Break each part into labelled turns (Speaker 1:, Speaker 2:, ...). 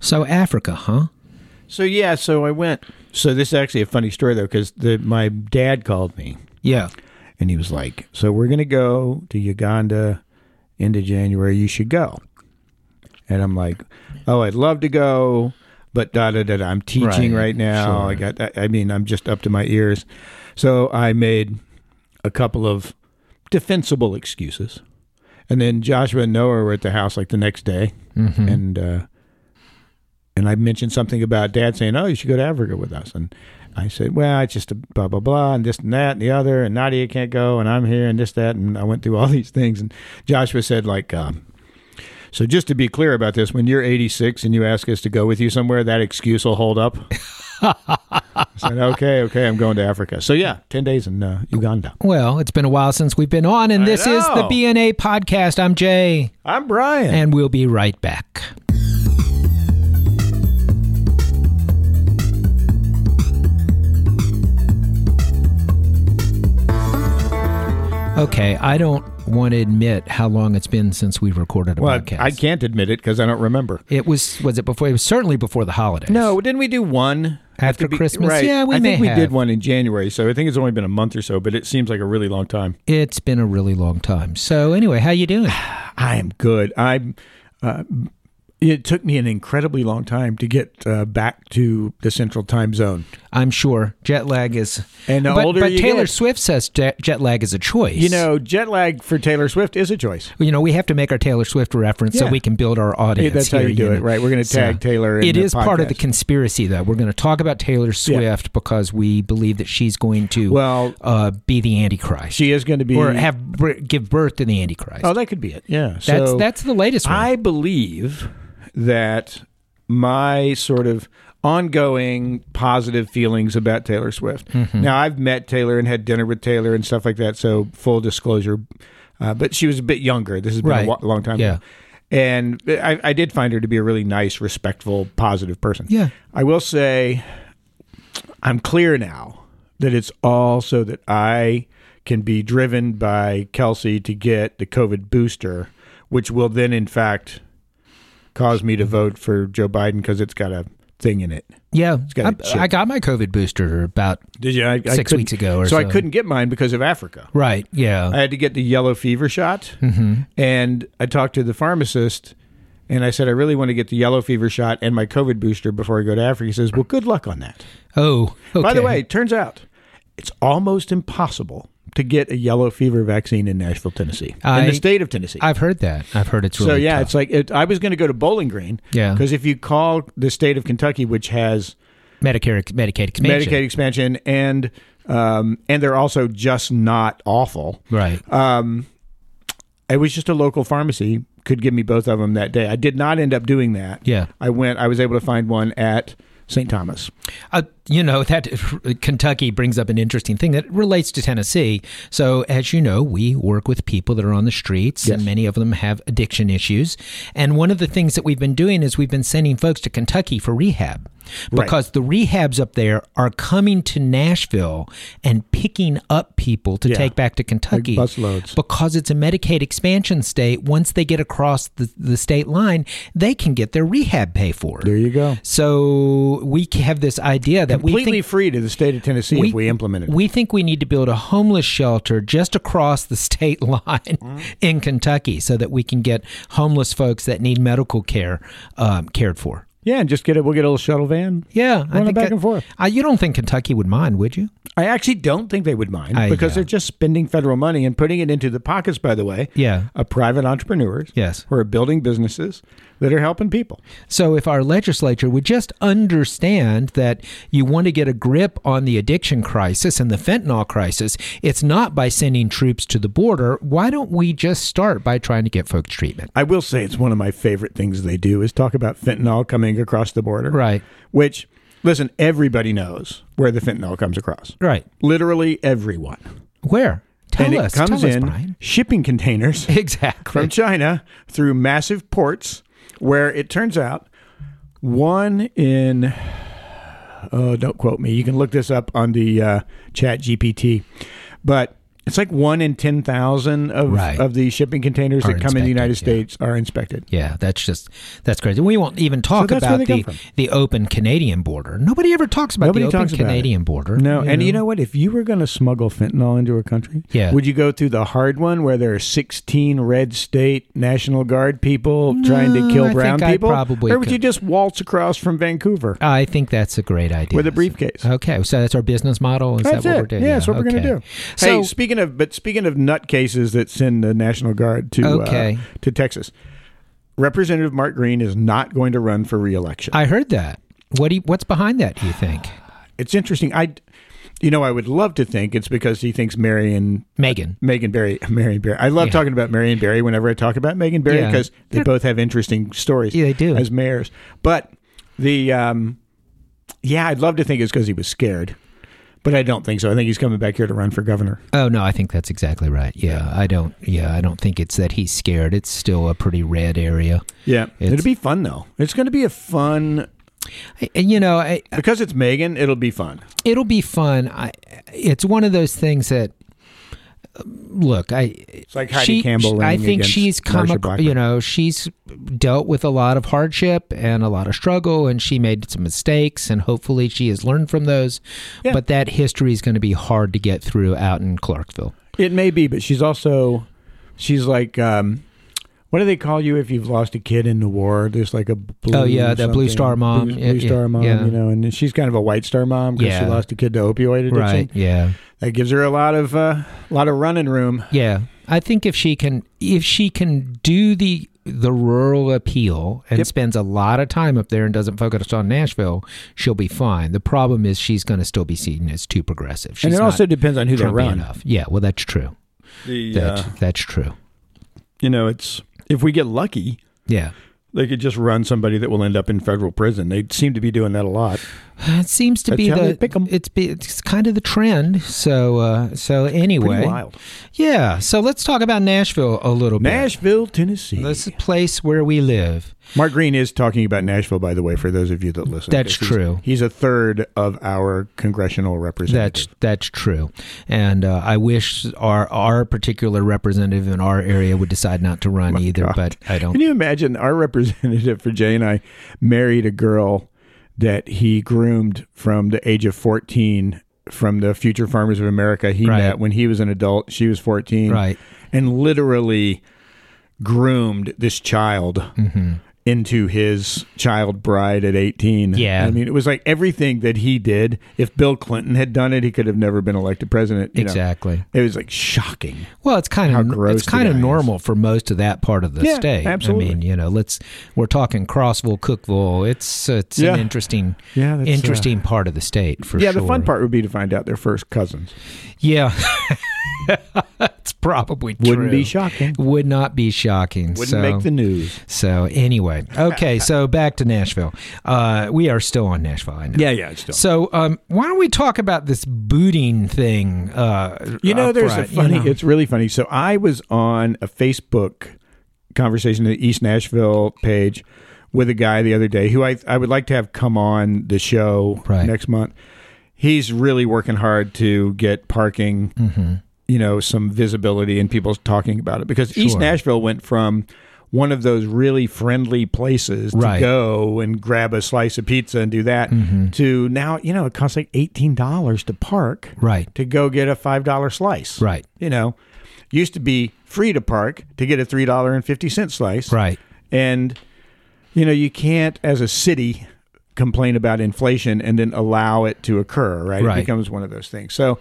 Speaker 1: So Africa, huh?
Speaker 2: So yeah, so I went. So this is actually a funny story though, because my dad called me
Speaker 1: Yeah.
Speaker 2: and he was like, "So we're gonna go to Uganda end of January. You should go." And I'm like, "Oh, I'd love to go, but da da da. da. I'm teaching
Speaker 1: Right,
Speaker 2: right, now. I got. I- I mean, I'm just up to my ears." So I made a couple of defensible excuses, and then Joshua and Noah were at the house like the next day, and uh, and I mentioned something about Dad saying, "Oh, you should go to Africa with us." And I said, "Well, it's just a blah blah blah, and this and that and the other, and Nadia can't go, and I'm here, and this that." And I went through all these things, and Joshua said, "Like, um, so just to be clear about this, when you're 86 and you ask us to go with you somewhere, that excuse will hold up." I said, "Okay, okay, I'm going to Africa." So yeah, ten days in uh, Uganda.
Speaker 1: Well, it's been a while since we've been on, and this is the
Speaker 2: know.
Speaker 1: BNA podcast. I'm Jay,
Speaker 2: I'm Brian.
Speaker 1: and we'll be right back. Okay, I don't want to admit how long it's been since we recorded a
Speaker 2: well,
Speaker 1: podcast.
Speaker 2: I can't admit it because I don't remember.
Speaker 1: It was was it before? It was certainly before the holidays.
Speaker 2: No, didn't we do one
Speaker 1: After Christmas?
Speaker 2: Right.
Speaker 1: Yeah, we
Speaker 2: I
Speaker 1: may
Speaker 2: think we
Speaker 1: have.
Speaker 2: did one in January, so I think it's only been a month or so, but it seems like a really long time.
Speaker 1: it's been a really long time. So anyway, how you doing?
Speaker 2: I am good. I'm. Uh, it took me an incredibly long time to get uh, back to the central time zone.
Speaker 1: I'm sure jet lag is.
Speaker 2: And the
Speaker 1: but,
Speaker 2: older
Speaker 1: but
Speaker 2: you
Speaker 1: Taylor
Speaker 2: get-
Speaker 1: Swift says jet, jet lag is a choice.
Speaker 2: You know, jet lag for Taylor Swift is a choice.
Speaker 1: you know, we have to make our Taylor Swift reference so
Speaker 2: Yeah.
Speaker 1: we can build our audience.
Speaker 2: Yeah, that's how
Speaker 1: here,
Speaker 2: you do it,
Speaker 1: know.
Speaker 2: right? We're gonna tag Taylor in
Speaker 1: It
Speaker 2: the
Speaker 1: is part of the
Speaker 2: podcast.
Speaker 1: conspiracy, though. We're going to talk about Taylor Swift because we believe that she's going to
Speaker 2: Well-
Speaker 1: uh, be the Antichrist
Speaker 2: She is going to be.
Speaker 1: or have br- give birth to the Antichrist.
Speaker 2: oh, that could be it. Yeah.
Speaker 1: that's
Speaker 2: so
Speaker 1: that's the latest one.
Speaker 2: I believe that my sort of ongoing positive feelings about Taylor Swift.
Speaker 1: Mm-hmm.
Speaker 2: Now, I've met Taylor and had dinner with Taylor and stuff like that. So, full disclosure, uh, but she was a bit younger. This has been
Speaker 1: Right.
Speaker 2: a wa- long time
Speaker 1: Yeah.
Speaker 2: ago. And I, I did find her to be a really nice, respectful, positive person.
Speaker 1: Yeah.
Speaker 2: I will say I'm clear now that it's all so that I can be driven by Kelsey to get the COVID booster, which will then, in fact, cause me to vote for Joe Biden because it's got a thing in it.
Speaker 1: yeah,
Speaker 2: got
Speaker 1: I,
Speaker 2: a chip.
Speaker 1: I got my COVID booster about
Speaker 2: Did you? I, I
Speaker 1: Six
Speaker 2: couldn't-
Speaker 1: weeks ago or
Speaker 2: so. I
Speaker 1: so.
Speaker 2: couldn't get mine because of Africa.
Speaker 1: right. Yeah,
Speaker 2: I had to get the yellow fever shot. Mm-hmm. And I talked to the pharmacist and I said, I really want to get the yellow fever shot and my COVID booster before I go to Africa. He says, Well, good luck on that.
Speaker 1: Oh, okay.
Speaker 2: By the way, it turns out it's almost impossible to get a yellow fever vaccine in Nashville, Tennessee, in
Speaker 1: I-
Speaker 2: the state of Tennessee.
Speaker 1: I've heard that. I've heard it's really
Speaker 2: so yeah,
Speaker 1: tough.
Speaker 2: it's like it, I was going to go to Bowling Green,
Speaker 1: Yeah.
Speaker 2: because if you call the state of Kentucky, which has
Speaker 1: Medicare, Medicaid expansion.
Speaker 2: Medicaid expansion and um, and they're also just not awful, um,
Speaker 1: right?
Speaker 2: it was just a local pharmacy could give me both of them that day. I did not end up doing that.
Speaker 1: Yeah.
Speaker 2: I went. I was able to find one at St. Thomas.
Speaker 1: Uh, you know that Kentucky brings up an interesting thing that relates to Tennessee. So, as you know, we work with people that are on the streets, and
Speaker 2: Yes.
Speaker 1: many of them have addiction issues. And one of the things that we've been doing is we've been sending folks to Kentucky for rehab
Speaker 2: Right.
Speaker 1: because the rehabs up there are coming to Nashville and picking up people to
Speaker 2: Yeah.
Speaker 1: take back to Kentucky.
Speaker 2: busloads.
Speaker 1: because it's a Medicaid expansion state, once they get across the, the state line, they can get their rehab pay for.
Speaker 2: There you go.
Speaker 1: So we c- have this idea that we
Speaker 2: Completely
Speaker 1: think
Speaker 2: free to the state of Tennessee if we implemented. it.
Speaker 1: we think we need to build a homeless shelter just across the state line
Speaker 2: Mm-hmm.
Speaker 1: in Kentucky, so that we can get homeless folks that need medical care um, cared for.
Speaker 2: yeah, and just get it. We'll get a little shuttle van.
Speaker 1: Yeah,
Speaker 2: Run it back and forth.
Speaker 1: I, you don't think Kentucky would mind, would you?
Speaker 2: I actually don't think they would mind
Speaker 1: I-
Speaker 2: because
Speaker 1: yeah.
Speaker 2: they're just spending federal money and putting it into the pockets, by the way,
Speaker 1: Yeah.
Speaker 2: of private entrepreneurs
Speaker 1: Yes.
Speaker 2: who are building businesses that are helping people.
Speaker 1: So if our legislature would just understand that you want to get a grip on the addiction crisis and the fentanyl crisis, it's not by sending troops to the border. Why don't we just start by trying to get folks treatment?
Speaker 2: I will say it's one of my favorite things they do is talk about fentanyl coming across the border.
Speaker 1: Right.
Speaker 2: Which, listen, everybody knows where the fentanyl comes across.
Speaker 1: Right.
Speaker 2: Literally everyone.
Speaker 1: Where? Tell
Speaker 2: and
Speaker 1: us.
Speaker 2: it comes
Speaker 1: tell
Speaker 2: in
Speaker 1: us, Brian.
Speaker 2: shipping containers
Speaker 1: Exactly.
Speaker 2: from China through massive ports where it turns out one in oh don't quote me you can look this up on the uh, chat GPT but It's like one in ten thousand of
Speaker 1: Right.
Speaker 2: of the shipping containers
Speaker 1: Are
Speaker 2: that come in the
Speaker 1: inspected,
Speaker 2: United
Speaker 1: yeah.
Speaker 2: States are inspected.
Speaker 1: Yeah, that's just that's crazy. We won't even talk
Speaker 2: that's where
Speaker 1: about
Speaker 2: they
Speaker 1: the
Speaker 2: come from.
Speaker 1: the open Canadian border. Nobody ever talks about
Speaker 2: Nobody
Speaker 1: the open
Speaker 2: talks about it.
Speaker 1: Canadian border.
Speaker 2: No, and you know what? If you were going to smuggle fentanyl into a country,
Speaker 1: Yeah.
Speaker 2: would you go through the hard one where there are sixteen red state National Guard people trying to
Speaker 1: No, I
Speaker 2: kill
Speaker 1: think
Speaker 2: brown
Speaker 1: I
Speaker 2: people,
Speaker 1: probably
Speaker 2: or would
Speaker 1: could.
Speaker 2: you just waltz across from Vancouver?
Speaker 1: I think that's a great idea.
Speaker 2: With a briefcase.
Speaker 1: Okay, so that's our business model. Is
Speaker 2: That's
Speaker 1: that what
Speaker 2: it.
Speaker 1: we're doing?
Speaker 2: Yeah, that's what we're
Speaker 1: okay.
Speaker 2: going to do.
Speaker 1: So
Speaker 2: hey, speaking of, but speaking of nut cases that send the National Guard to
Speaker 1: Okay.
Speaker 2: uh, to Texas, Representative Mark Green is not going to run for reelection.
Speaker 1: I heard that. What do you, what's behind that? Do you think
Speaker 2: it's interesting. I, you know, I would love to think it's because he thinks Marion
Speaker 1: Megan?
Speaker 2: Megan Barry, Marion Barry. I love
Speaker 1: Yeah.
Speaker 2: talking about Marion Barry whenever I talk about Megan Barry
Speaker 1: Yeah.
Speaker 2: because they both have interesting stories.
Speaker 1: Yeah, they do.
Speaker 2: as mayors. But the um, yeah, I'd love to think it's because he was scared, but I don't think so. I think he's coming back here to run for governor.
Speaker 1: Oh no, I think that's exactly right. Yeah, I don't. Yeah, I don't think it's that he's scared. It's still a pretty red area.
Speaker 2: Yeah,
Speaker 1: It's-
Speaker 2: it'll be fun though. It's going to be a fun
Speaker 1: And you know, I,
Speaker 2: because it's Megan. It'll be fun.
Speaker 1: it'll be fun. I, it's one of those things that look, I it's
Speaker 2: like Heidi Campbell
Speaker 1: I
Speaker 2: running
Speaker 1: think
Speaker 2: against
Speaker 1: she's come
Speaker 2: Marsha
Speaker 1: ac-
Speaker 2: Blackburn.
Speaker 1: you know, she's dealt with a lot of hardship and a lot of struggle and she made some mistakes and hopefully she has learned from those.
Speaker 2: Yeah.
Speaker 1: But that history is going to be hard to get through out in Clarksville.
Speaker 2: It may be, but she's also she's like um, what do they call you if you've lost a kid in the war? There's like a blue
Speaker 1: Oh, yeah, that blue
Speaker 2: something.
Speaker 1: star mom.
Speaker 2: blue,
Speaker 1: Yeah,
Speaker 2: blue
Speaker 1: yeah,
Speaker 2: star mom.
Speaker 1: yeah.
Speaker 2: You know, and she's kind of a white star mom because she
Speaker 1: Yeah.
Speaker 2: lost a kid to opioid addiction.
Speaker 1: Right. Yeah.
Speaker 2: That gives her a lot of uh, lot of running room.
Speaker 1: Yeah, I think if she can, if she can do the the rural appeal and
Speaker 2: Yep.
Speaker 1: spends a lot of time up there and doesn't focus on Nashville, she'll be fine. The problem is she's going to still be seen as too progressive. She's
Speaker 2: and it
Speaker 1: not
Speaker 2: also depends on who they
Speaker 1: Trumpy
Speaker 2: run.
Speaker 1: enough. Yeah, well, that's true.
Speaker 3: The
Speaker 1: That's
Speaker 3: uh,
Speaker 1: that's true.
Speaker 2: You know, it's
Speaker 3: it's if we get lucky,
Speaker 1: Yeah,
Speaker 2: they could just run somebody that will end up in federal prison. They seem to be doing that a lot.
Speaker 1: it seems to
Speaker 2: That's
Speaker 1: be
Speaker 2: how they
Speaker 1: the
Speaker 2: pick 'em.
Speaker 1: it's be, it's kind of the trend. So uh, so
Speaker 2: Pretty
Speaker 1: anyway,
Speaker 2: wild.
Speaker 1: yeah. So let's talk about Nashville a little bit.
Speaker 2: Nashville, Tennessee.
Speaker 1: This is a place where we live.
Speaker 2: Mark Green is talking about Nashville, by the way, for those of you that listen.
Speaker 1: That's
Speaker 2: 'cause
Speaker 1: true.
Speaker 2: He's, he's a third of our congressional
Speaker 1: That's
Speaker 2: representatives.
Speaker 1: that's true, and uh, I wish our our particular representative in our area would decide not to run either.
Speaker 2: God.
Speaker 1: But I
Speaker 2: Can
Speaker 1: don't.
Speaker 2: you imagine our representative for Jay and I married a girl that he groomed from the age of 14 from the Future Farmers of America he
Speaker 1: Right.
Speaker 2: met when he was an adult. She was 14.
Speaker 1: Right.
Speaker 2: And literally groomed this child. Mm-hmm. Into his child bride at 18.
Speaker 1: Yeah.
Speaker 2: I mean, it was like everything that he did. If Bill Clinton had done it, he could have never been elected president. you know.
Speaker 1: Exactly.
Speaker 2: It was like shocking.
Speaker 1: Well, it's kind
Speaker 2: How
Speaker 1: of
Speaker 2: gross
Speaker 1: it's
Speaker 2: the
Speaker 1: kind of
Speaker 2: guy is.
Speaker 1: normal for most of that part of the
Speaker 2: Yeah,
Speaker 1: state.
Speaker 2: absolutely.
Speaker 1: I mean, you know, let's we're talking Crossville, Cookville. It's it's
Speaker 2: Yeah.
Speaker 1: an interesting
Speaker 2: Yeah, that's, uh,
Speaker 1: interesting part of the state for
Speaker 2: yeah,
Speaker 1: sure.
Speaker 2: the fun part would be to find out they're first cousins.
Speaker 1: Yeah, it's probably
Speaker 2: Wouldn't
Speaker 1: true.
Speaker 2: be shocking.
Speaker 1: Would not be shocking.
Speaker 2: Wouldn't
Speaker 1: so.
Speaker 2: make the news.
Speaker 1: So anyway, okay. so back to Nashville. Uh, we are still on Nashville. I know.
Speaker 2: yeah, it's still.
Speaker 1: So um, why don't we talk about this booting thing? Uh,
Speaker 2: You know,
Speaker 1: up
Speaker 2: there's
Speaker 1: front,
Speaker 2: a funny.
Speaker 1: you know?
Speaker 2: It's really funny. So I was on a Facebook conversation in the East Nashville page with a guy the other day who I I would like to have come on the show
Speaker 1: Right.
Speaker 2: next month. He's really working hard to get parking.
Speaker 1: Mm-hmm.
Speaker 2: You know, some visibility and people talking about it because East
Speaker 1: Sure.
Speaker 2: Nashville went from one of those really friendly places
Speaker 1: Right. Mm-hmm.
Speaker 2: to go and grab a slice of pizza and do that to now, you know, it costs like $18 to park
Speaker 1: right,
Speaker 2: to go get a five dollar slice.
Speaker 1: right,
Speaker 2: You know, used to be free to park to get a three dollar and fifty cent slice.
Speaker 1: right.
Speaker 2: And you know, you can't as a city complain about inflation and then allow it to occur, right?
Speaker 1: Right.
Speaker 2: It becomes one of those things. So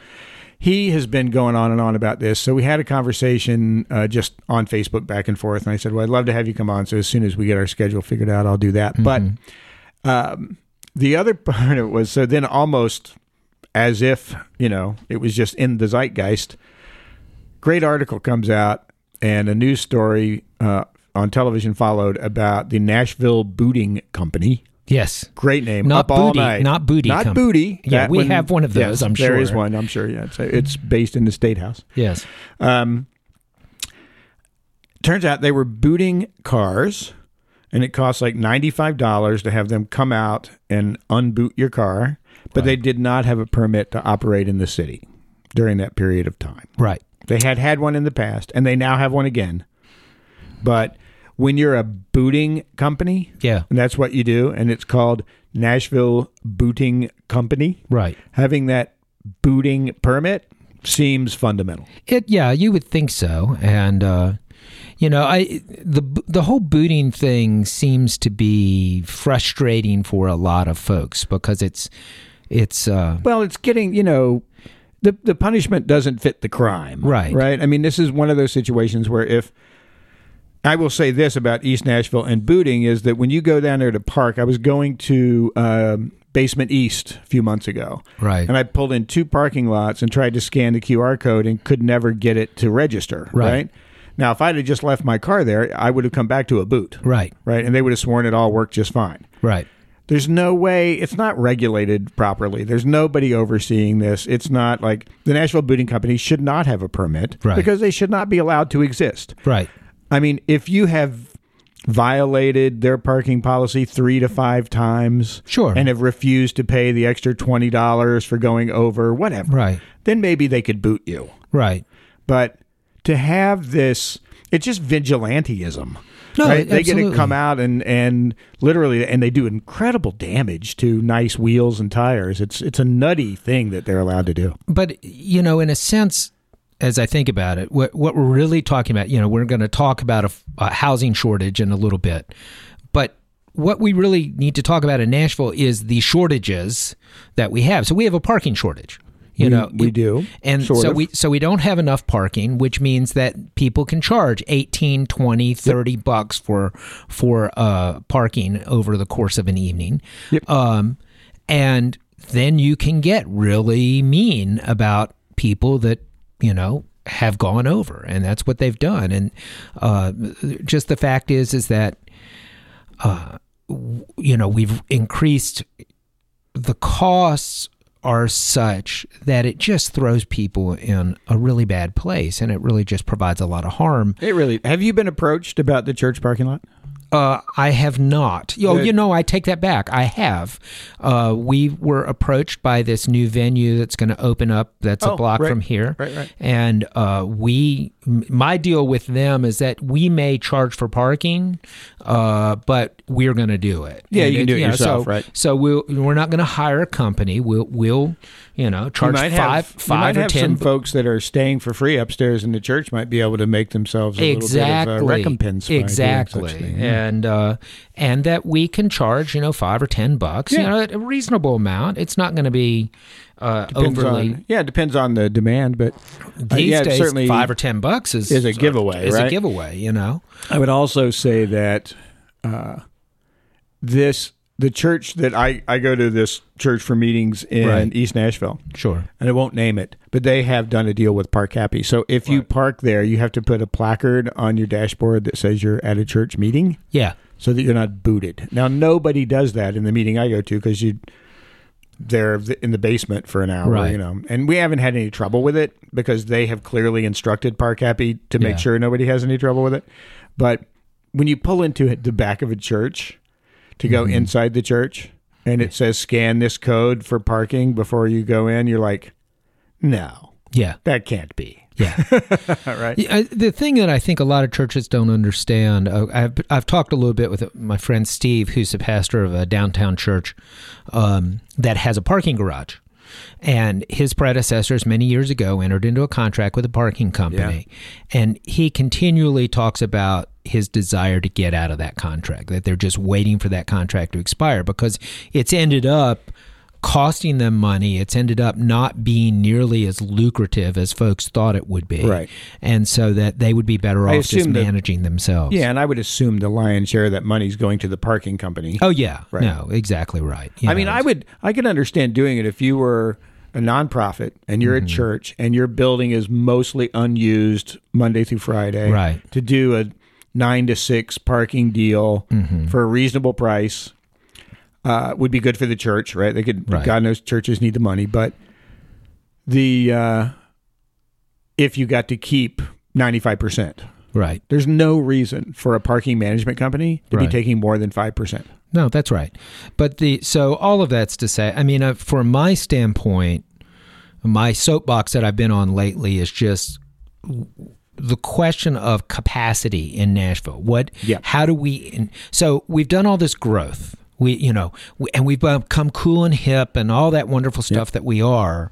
Speaker 2: he has been going on and on about this. So we had a conversation uh, just on Facebook back and forth, and I said, "Well, I'd love to have you come on." So as soon as we get our schedule figured out, I'll do that. But um, the other part of it was so then almost as if you know it was just in the zeitgeist. Great article comes out, and a news story uh, on television followed about the Nashville Booting Company.
Speaker 1: Yes.
Speaker 2: Great name.
Speaker 1: Not
Speaker 2: Up all
Speaker 1: Booty-
Speaker 2: night.
Speaker 1: not Booty
Speaker 2: Not
Speaker 1: Com-
Speaker 2: booty.
Speaker 1: Yeah,
Speaker 2: That
Speaker 1: we have one of those, I'm
Speaker 2: There is
Speaker 1: sure.
Speaker 2: one. I'm sure. Yeah, it's, it's based in the state house.
Speaker 1: Yes.
Speaker 2: Um, turns out they were booting cars, and it costs like ninety five dollars to have them come out and unboot your car. But they did not have a permit to operate in the city during that period of time.
Speaker 1: Right.
Speaker 2: They had had one in the past, and they now have one again. But when you're a booting company,
Speaker 1: Yeah.
Speaker 2: and that's what you do, and it's called Nashville Booting Company,
Speaker 1: Right.
Speaker 2: having that booting permit seems fundamental.
Speaker 1: It yeah, you would think so, and uh, you know, I the the whole booting thing seems to be frustrating for a lot of folks because it's it's uh,
Speaker 2: Well, it's getting, you know, the the punishment doesn't fit the crime.
Speaker 1: Right.
Speaker 2: Right? I mean, this is one of those situations where if I will say this about East Nashville and booting is that when you go down there to park, I was going to um, Basement East a few months ago.
Speaker 1: Right.
Speaker 2: And I pulled in two parking lots and tried to scan the QR code and could never get it to register.
Speaker 1: Right.
Speaker 2: Now, if I'd have just left my car there, I would have come back to a boot.
Speaker 1: right,
Speaker 2: Right. And they would have sworn it all worked just fine.
Speaker 1: right,
Speaker 2: There's no way it's not regulated properly. There's nobody overseeing this. It's not like the Nashville Booting Company should not have a permit
Speaker 1: Right.
Speaker 2: because they should not be allowed to exist.
Speaker 1: right,
Speaker 2: I mean, if you have violated their parking policy three to five times
Speaker 1: Sure.
Speaker 2: and have refused to pay the extra twenty dollars for going over, whatever,
Speaker 1: Right.
Speaker 2: then maybe they could boot you.
Speaker 1: right.
Speaker 2: But to have this it's just vigilanteism.
Speaker 1: No,
Speaker 2: They get to
Speaker 1: absolutely.
Speaker 2: come out and, and literally and they do incredible damage to nice wheels and tires. It's it's a nutty thing that they're allowed to do.
Speaker 1: But you know, in a sense, as I think about it, what what we're really talking about, you know, we're going to talk about a, f- a housing shortage in a little bit, but what we really need to talk about in Nashville is the shortages that we have. So we have a parking shortage. You
Speaker 2: We-
Speaker 1: know,
Speaker 2: we do,
Speaker 1: and
Speaker 2: sort
Speaker 1: so
Speaker 2: of.
Speaker 1: we so we don't have enough parking, which means that people can charge 18, 20, 30 bucks for for uh, parking over the course of an evening. Um, and then you can get really mean about people that you know have gone over, and that's what they've done. And uh, just the fact is, is that uh, w- you know we've increased the costs are such that it just throws people in a really bad place, and it really just provides a lot of harm.
Speaker 2: It really have you been approached about the church parking lot?
Speaker 1: Uh, I have not. Oh,
Speaker 2: Good.
Speaker 1: you know, I take that back. I have. Uh, we were approached by this new venue that's going to open up. That's
Speaker 2: Oh,
Speaker 1: a block
Speaker 2: right.
Speaker 1: from here,
Speaker 2: Right, right.
Speaker 1: And uh, we, m- my deal with them is that we may charge for parking, uh, but we're going to do it.
Speaker 2: Yeah,
Speaker 1: And
Speaker 2: you can do it yourself,
Speaker 1: so,
Speaker 2: right.
Speaker 1: So we'll, we're not going to hire a company. We'll, we'll, you know, charge
Speaker 2: you might
Speaker 1: five,
Speaker 2: have, you might
Speaker 1: five or
Speaker 2: have
Speaker 1: ten
Speaker 2: some folks that are staying for free upstairs in the church might be able to make themselves a
Speaker 1: exactly
Speaker 2: little bit of a recompense. by doing such
Speaker 1: exactly
Speaker 2: thing.
Speaker 1: and uh, and that we can charge you know five or ten bucks you
Speaker 2: Yeah.
Speaker 1: know a reasonable amount it's not going to be uh,
Speaker 2: Depends
Speaker 1: overly
Speaker 2: on, yeah, it depends on the demand, but uh,
Speaker 1: these
Speaker 2: yeah,
Speaker 1: days
Speaker 2: certainly
Speaker 1: five or ten bucks is
Speaker 2: is a giveaway,
Speaker 1: is a
Speaker 2: right?
Speaker 1: giveaway you know
Speaker 2: I would also say that uh, this the church that I I go to this church for meetings in
Speaker 1: Right.
Speaker 2: East Nashville,
Speaker 1: sure
Speaker 2: and I won't name it, but they have done a deal with Park Happy. So if you park there, you have to put a placard on your dashboard that says you're at a church meeting,
Speaker 1: yeah
Speaker 2: so that you're not booted. Now nobody does that in the meeting I go to because you. They're in the basement for an hour,
Speaker 1: Right.
Speaker 2: you know, and we haven't had any trouble with it because they have clearly instructed Park Happy to make
Speaker 1: Yeah.
Speaker 2: sure nobody has any trouble with it. But when you pull into the back of a church to go
Speaker 1: Mm-hmm.
Speaker 2: inside the church and it says scan this code for parking before you go in, you're like, no,
Speaker 1: yeah
Speaker 2: that can't be.
Speaker 1: yeah
Speaker 2: right.
Speaker 1: Yeah, I- the thing that I think a lot of churches don't understand, uh, I've, I've talked a little bit with my friend Steve, who's the pastor of a downtown church um, that has a parking garage. And his predecessors many years ago entered into a contract with a parking company. And he continually talks about his desire to get out of that contract, that they're just waiting for that contract to expire because it's ended up costing them money. It's ended up not being nearly as lucrative as folks thought it would be
Speaker 2: Right.
Speaker 1: and so that they would be better
Speaker 2: I
Speaker 1: off just
Speaker 2: assume that-
Speaker 1: managing themselves.
Speaker 2: Yeah. And I would assume the lion's share of that money is going to the parking company.
Speaker 1: Oh yeah. No, exactly right. You
Speaker 2: I mean,
Speaker 1: know,
Speaker 2: I
Speaker 1: it's-
Speaker 2: would, I could understand doing it if you were a nonprofit and you're a
Speaker 1: Mm-hmm.
Speaker 2: church and your building is mostly unused Monday through Friday,
Speaker 1: Right.
Speaker 2: To do a nine to six parking deal
Speaker 1: Mm-hmm.
Speaker 2: for a reasonable price uh, would be good for the church, right? They could,
Speaker 1: Right.
Speaker 2: God knows, churches need the money, but the uh, if you got to keep ninety five percent.
Speaker 1: right.
Speaker 2: There's no reason for a parking management company to
Speaker 1: Right.
Speaker 2: be taking more than 5%.
Speaker 1: No, that's right. But the so all of that's to say, I mean, uh, from my standpoint, my soapbox that I've been on lately is just the question of capacity in Nashville. What?
Speaker 2: Yeah.
Speaker 1: How do we? and So we've done all this growth. We, you know, we, and we've become cool and hip and all that wonderful stuff that we are.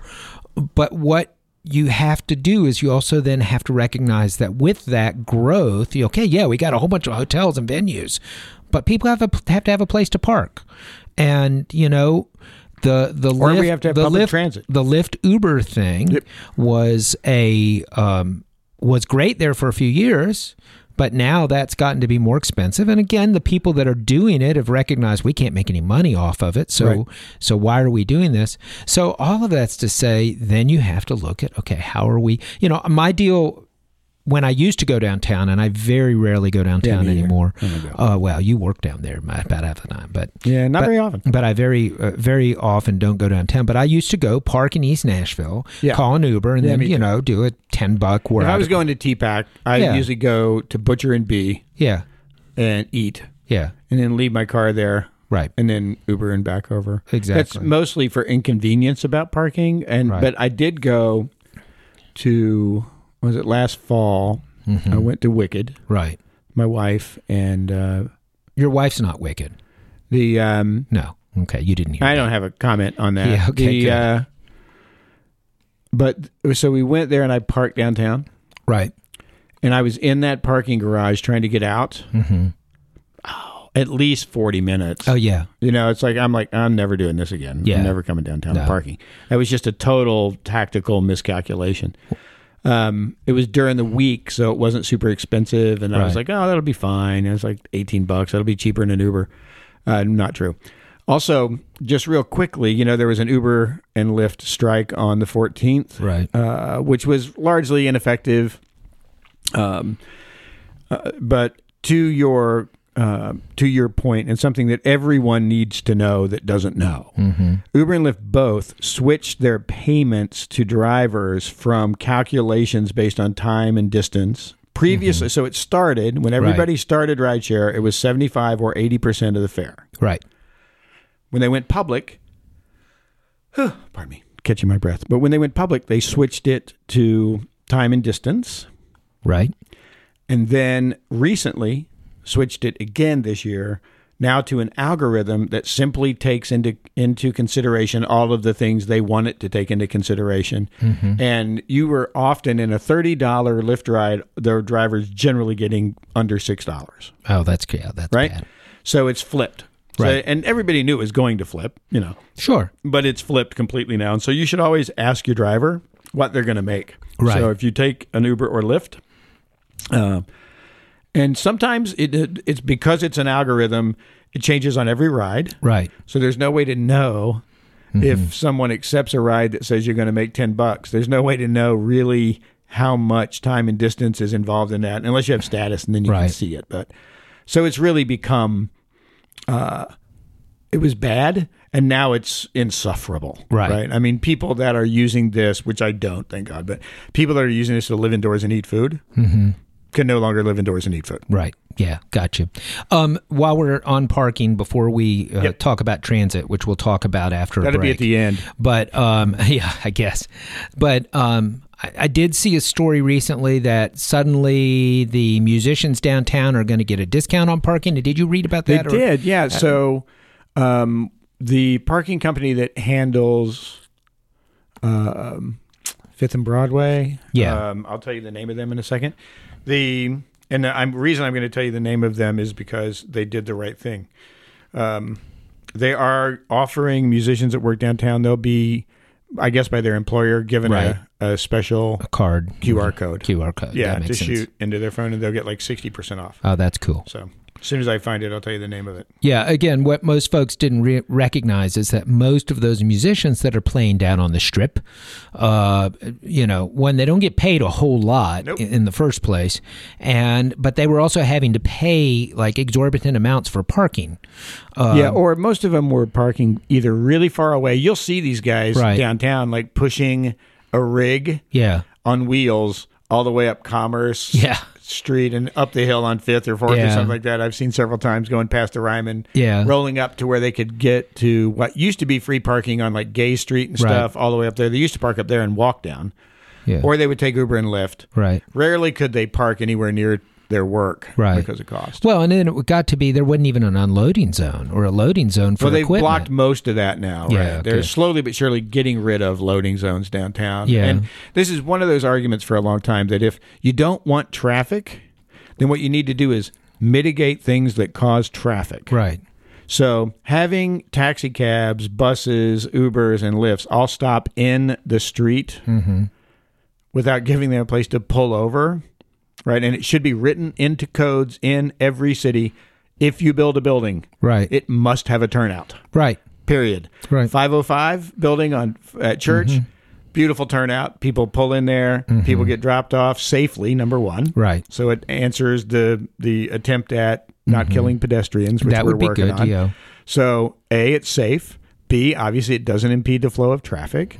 Speaker 1: But what you have to do is you also then have to recognize that with that growth, you- okay, yeah, we got a whole bunch of hotels and venues, but people have a, have to have a place to park, and you know. The the
Speaker 2: Or we
Speaker 1: Lyft-
Speaker 2: have to have
Speaker 1: the
Speaker 2: public
Speaker 1: Lyft-
Speaker 2: transit.
Speaker 1: the Lyft Uber thing was a um, was great there for a few years, but now that's gotten to be more expensive. And again, the people that are doing it have recognized we can't make any money off of it. So
Speaker 2: Right.
Speaker 1: so why are we doing this? So all of that's to say, then you have to look at okay, how are we? You know, my deal. When I used to go downtown, and I very rarely go downtown
Speaker 2: neither.
Speaker 1: anymore.
Speaker 2: I don't go.
Speaker 1: Uh, well, you work down there about half the time, but
Speaker 2: Yeah, not
Speaker 1: But-
Speaker 2: very often.
Speaker 1: but I very uh, very often don't go downtown. But I used to go park in East Nashville,
Speaker 2: Yeah.
Speaker 1: call an Uber, and
Speaker 2: Yeah,
Speaker 1: then
Speaker 2: me
Speaker 1: you
Speaker 2: too.
Speaker 1: know do a ten buck where
Speaker 2: If I was going to TPAC, I
Speaker 1: Yeah.
Speaker 2: usually go to Butcher and B
Speaker 1: yeah
Speaker 2: and eat,
Speaker 1: yeah
Speaker 2: and then leave my car there,
Speaker 1: right
Speaker 2: and then Uber and back over.
Speaker 1: exactly
Speaker 2: That's mostly for inconvenience about parking, and
Speaker 1: Right.
Speaker 2: but I did go to was it last fall?
Speaker 1: Mhm.
Speaker 2: I went to Wicked,
Speaker 1: right.
Speaker 2: my wife, and uh,
Speaker 1: Your wife's not wicked.
Speaker 2: the um,
Speaker 1: No, okay, you didn't hear.
Speaker 2: I
Speaker 1: that.
Speaker 2: don't have a comment on that.
Speaker 1: Yeah, okay,
Speaker 2: The,
Speaker 1: good.
Speaker 2: uh, but so we went there and I parked downtown
Speaker 1: Right.
Speaker 2: and I was in that parking garage trying to get out
Speaker 1: hmm Mm-hmm.
Speaker 2: at least 40 minutes.
Speaker 1: Oh yeah.
Speaker 2: You know, it's like I'm like I'm never doing this again.
Speaker 1: Yeah.
Speaker 2: I'm never coming downtown
Speaker 1: No.
Speaker 2: and parking. That was just a total tactical miscalculation. Um, it was during the week, so it wasn't super expensive, and I was
Speaker 1: Right.
Speaker 2: like, "Oh, that'll be fine." And it's like eighteen bucks. That'll be cheaper than an Uber. Uh, not true. Also, just real quickly, you know, there was an Uber and Lyft strike on the fourteenth,
Speaker 1: Right.
Speaker 2: uh, which was largely ineffective. Um, uh, but to your uh, to your point, and something that everyone needs to know that doesn't know, Uber and Lyft both switched their payments to drivers from calculations based on time and distance. Previously, so it started when everybody started rideshare, it was seventy five or eighty percent of the fare.
Speaker 1: Right.
Speaker 2: When they went public, pardon me, catching my breath. But when they went public, they switched it to time and distance
Speaker 1: Right.
Speaker 2: and then recently switched it again this year now to an algorithm that simply takes into into consideration all of the things they want it to take into consideration
Speaker 1: Mm-hmm.
Speaker 2: and you were often in a $30 lift ride the driver's generally getting under $6
Speaker 1: Oh, that's yeah, that's
Speaker 2: right
Speaker 1: bad.
Speaker 2: so it's flipped So-
Speaker 1: Right.
Speaker 2: and everybody knew it was going to flip you know
Speaker 1: Sure.
Speaker 2: but it's flipped completely now. And so you should always ask your driver what they're going to make.
Speaker 1: Right.
Speaker 2: So if you take an Uber or Lyft, uh, and sometimes it, it it's because it's an algorithm, it changes on every ride.
Speaker 1: Right.
Speaker 2: So there's no way to know
Speaker 1: Mm-hmm.
Speaker 2: if someone accepts a ride that says you're going to make 10 bucks. There's no way to know really how much time and distance is involved in that unless you have status and then you can
Speaker 1: Right.
Speaker 2: see it. But so it's really become uh it was bad and now it's insufferable.
Speaker 1: Right.
Speaker 2: I mean people that are using this, which I don't, thank God, but people that are using this to live indoors and eat food
Speaker 1: Mm-hmm.
Speaker 2: can no longer live indoors and eat food.
Speaker 1: Right. Yeah. Gotcha. Um, while we're on parking, before we uh,
Speaker 2: Yep.
Speaker 1: talk about transit, which we'll talk about after a
Speaker 2: That'll be
Speaker 1: break.
Speaker 2: at the end.
Speaker 1: But um, yeah, I guess. But um, I, I did see a story recently that suddenly the musicians downtown are going to get a discount on parking. Did you read about
Speaker 2: They
Speaker 1: that? or- uh,
Speaker 2: did, yeah. so um, the parking company that handles um, Fifth and Broadway.
Speaker 1: Yeah.
Speaker 2: Um, I'll tell you the name of them in a second. The and the I'm, reason I'm going to tell you the name of them is because they did the right thing. Um, they are offering musicians that work downtown. They'll be, I guess, by their employer given
Speaker 1: Right.
Speaker 2: a, a special
Speaker 1: a card
Speaker 2: QR code.
Speaker 1: QR code.
Speaker 2: yeah,
Speaker 1: that
Speaker 2: to
Speaker 1: makes sense.
Speaker 2: shoot into their phone, and they'll get like sixty percent off.
Speaker 1: Oh, that's cool.
Speaker 2: So as soon as I find it, I'll tell you the name of it.
Speaker 1: Yeah. Again, what most folks didn't re- recognize is that most of those musicians that are playing down on the strip, uh, you know, one they don't get paid a whole lot
Speaker 2: Nope.
Speaker 1: in, in the first place, and but they were also having to pay like exorbitant amounts for parking. Uh,
Speaker 2: yeah,
Speaker 1: Um,
Speaker 2: or most of them were parking either really far away. You'll see these guys
Speaker 1: Right.
Speaker 2: downtown, like pushing a rig
Speaker 1: Yeah.
Speaker 2: on wheels all the way up Commerce
Speaker 1: Yeah.
Speaker 2: Street and up the hill on Fifth or Fourth or
Speaker 1: Yeah.
Speaker 2: something like that. I've seen several times going past the Ryman,
Speaker 1: Yeah.
Speaker 2: rolling up to where they could get to what used to be free parking on like Gay Street and
Speaker 1: Right.
Speaker 2: stuff, all the way up there. They used to park up there and walk down.
Speaker 1: Yeah.
Speaker 2: or they would take Uber and Lyft.
Speaker 1: Right.
Speaker 2: Rarely could they park anywhere near their work
Speaker 1: Right.
Speaker 2: because of cost.
Speaker 1: Well, and then it got to be there wasn't even an unloading zone or a loading zone for
Speaker 2: Well, they've
Speaker 1: equipment.
Speaker 2: blocked most of that now.
Speaker 1: Yeah,
Speaker 2: right? They're
Speaker 1: okay.
Speaker 2: slowly but surely getting rid of loading zones downtown.
Speaker 1: Yeah.
Speaker 2: And this is one of those arguments for a long time that if you don't want traffic, then what you need to do is mitigate things that cause traffic.
Speaker 1: Right.
Speaker 2: So having taxi cabs, buses, Ubers, and lifts all stop in the street
Speaker 1: Mm-hmm.
Speaker 2: without giving them a place to pull over, right? And it should be written into codes in every city. If you build a building,
Speaker 1: Right.
Speaker 2: it must have a turnout.
Speaker 1: right.
Speaker 2: Period.
Speaker 1: Right. Mm-hmm.
Speaker 2: 505 building on at church. Beautiful turnout. People pull in there. People get dropped off safely. Number one.
Speaker 1: Right.
Speaker 2: So it answers the the attempt at not killing pedestrians, which
Speaker 1: Mm-hmm. That
Speaker 2: we're
Speaker 1: would be
Speaker 2: working
Speaker 1: good,
Speaker 2: on.
Speaker 1: yeah.
Speaker 2: So a, it's safe. B, obviously, it doesn't impede the flow of traffic,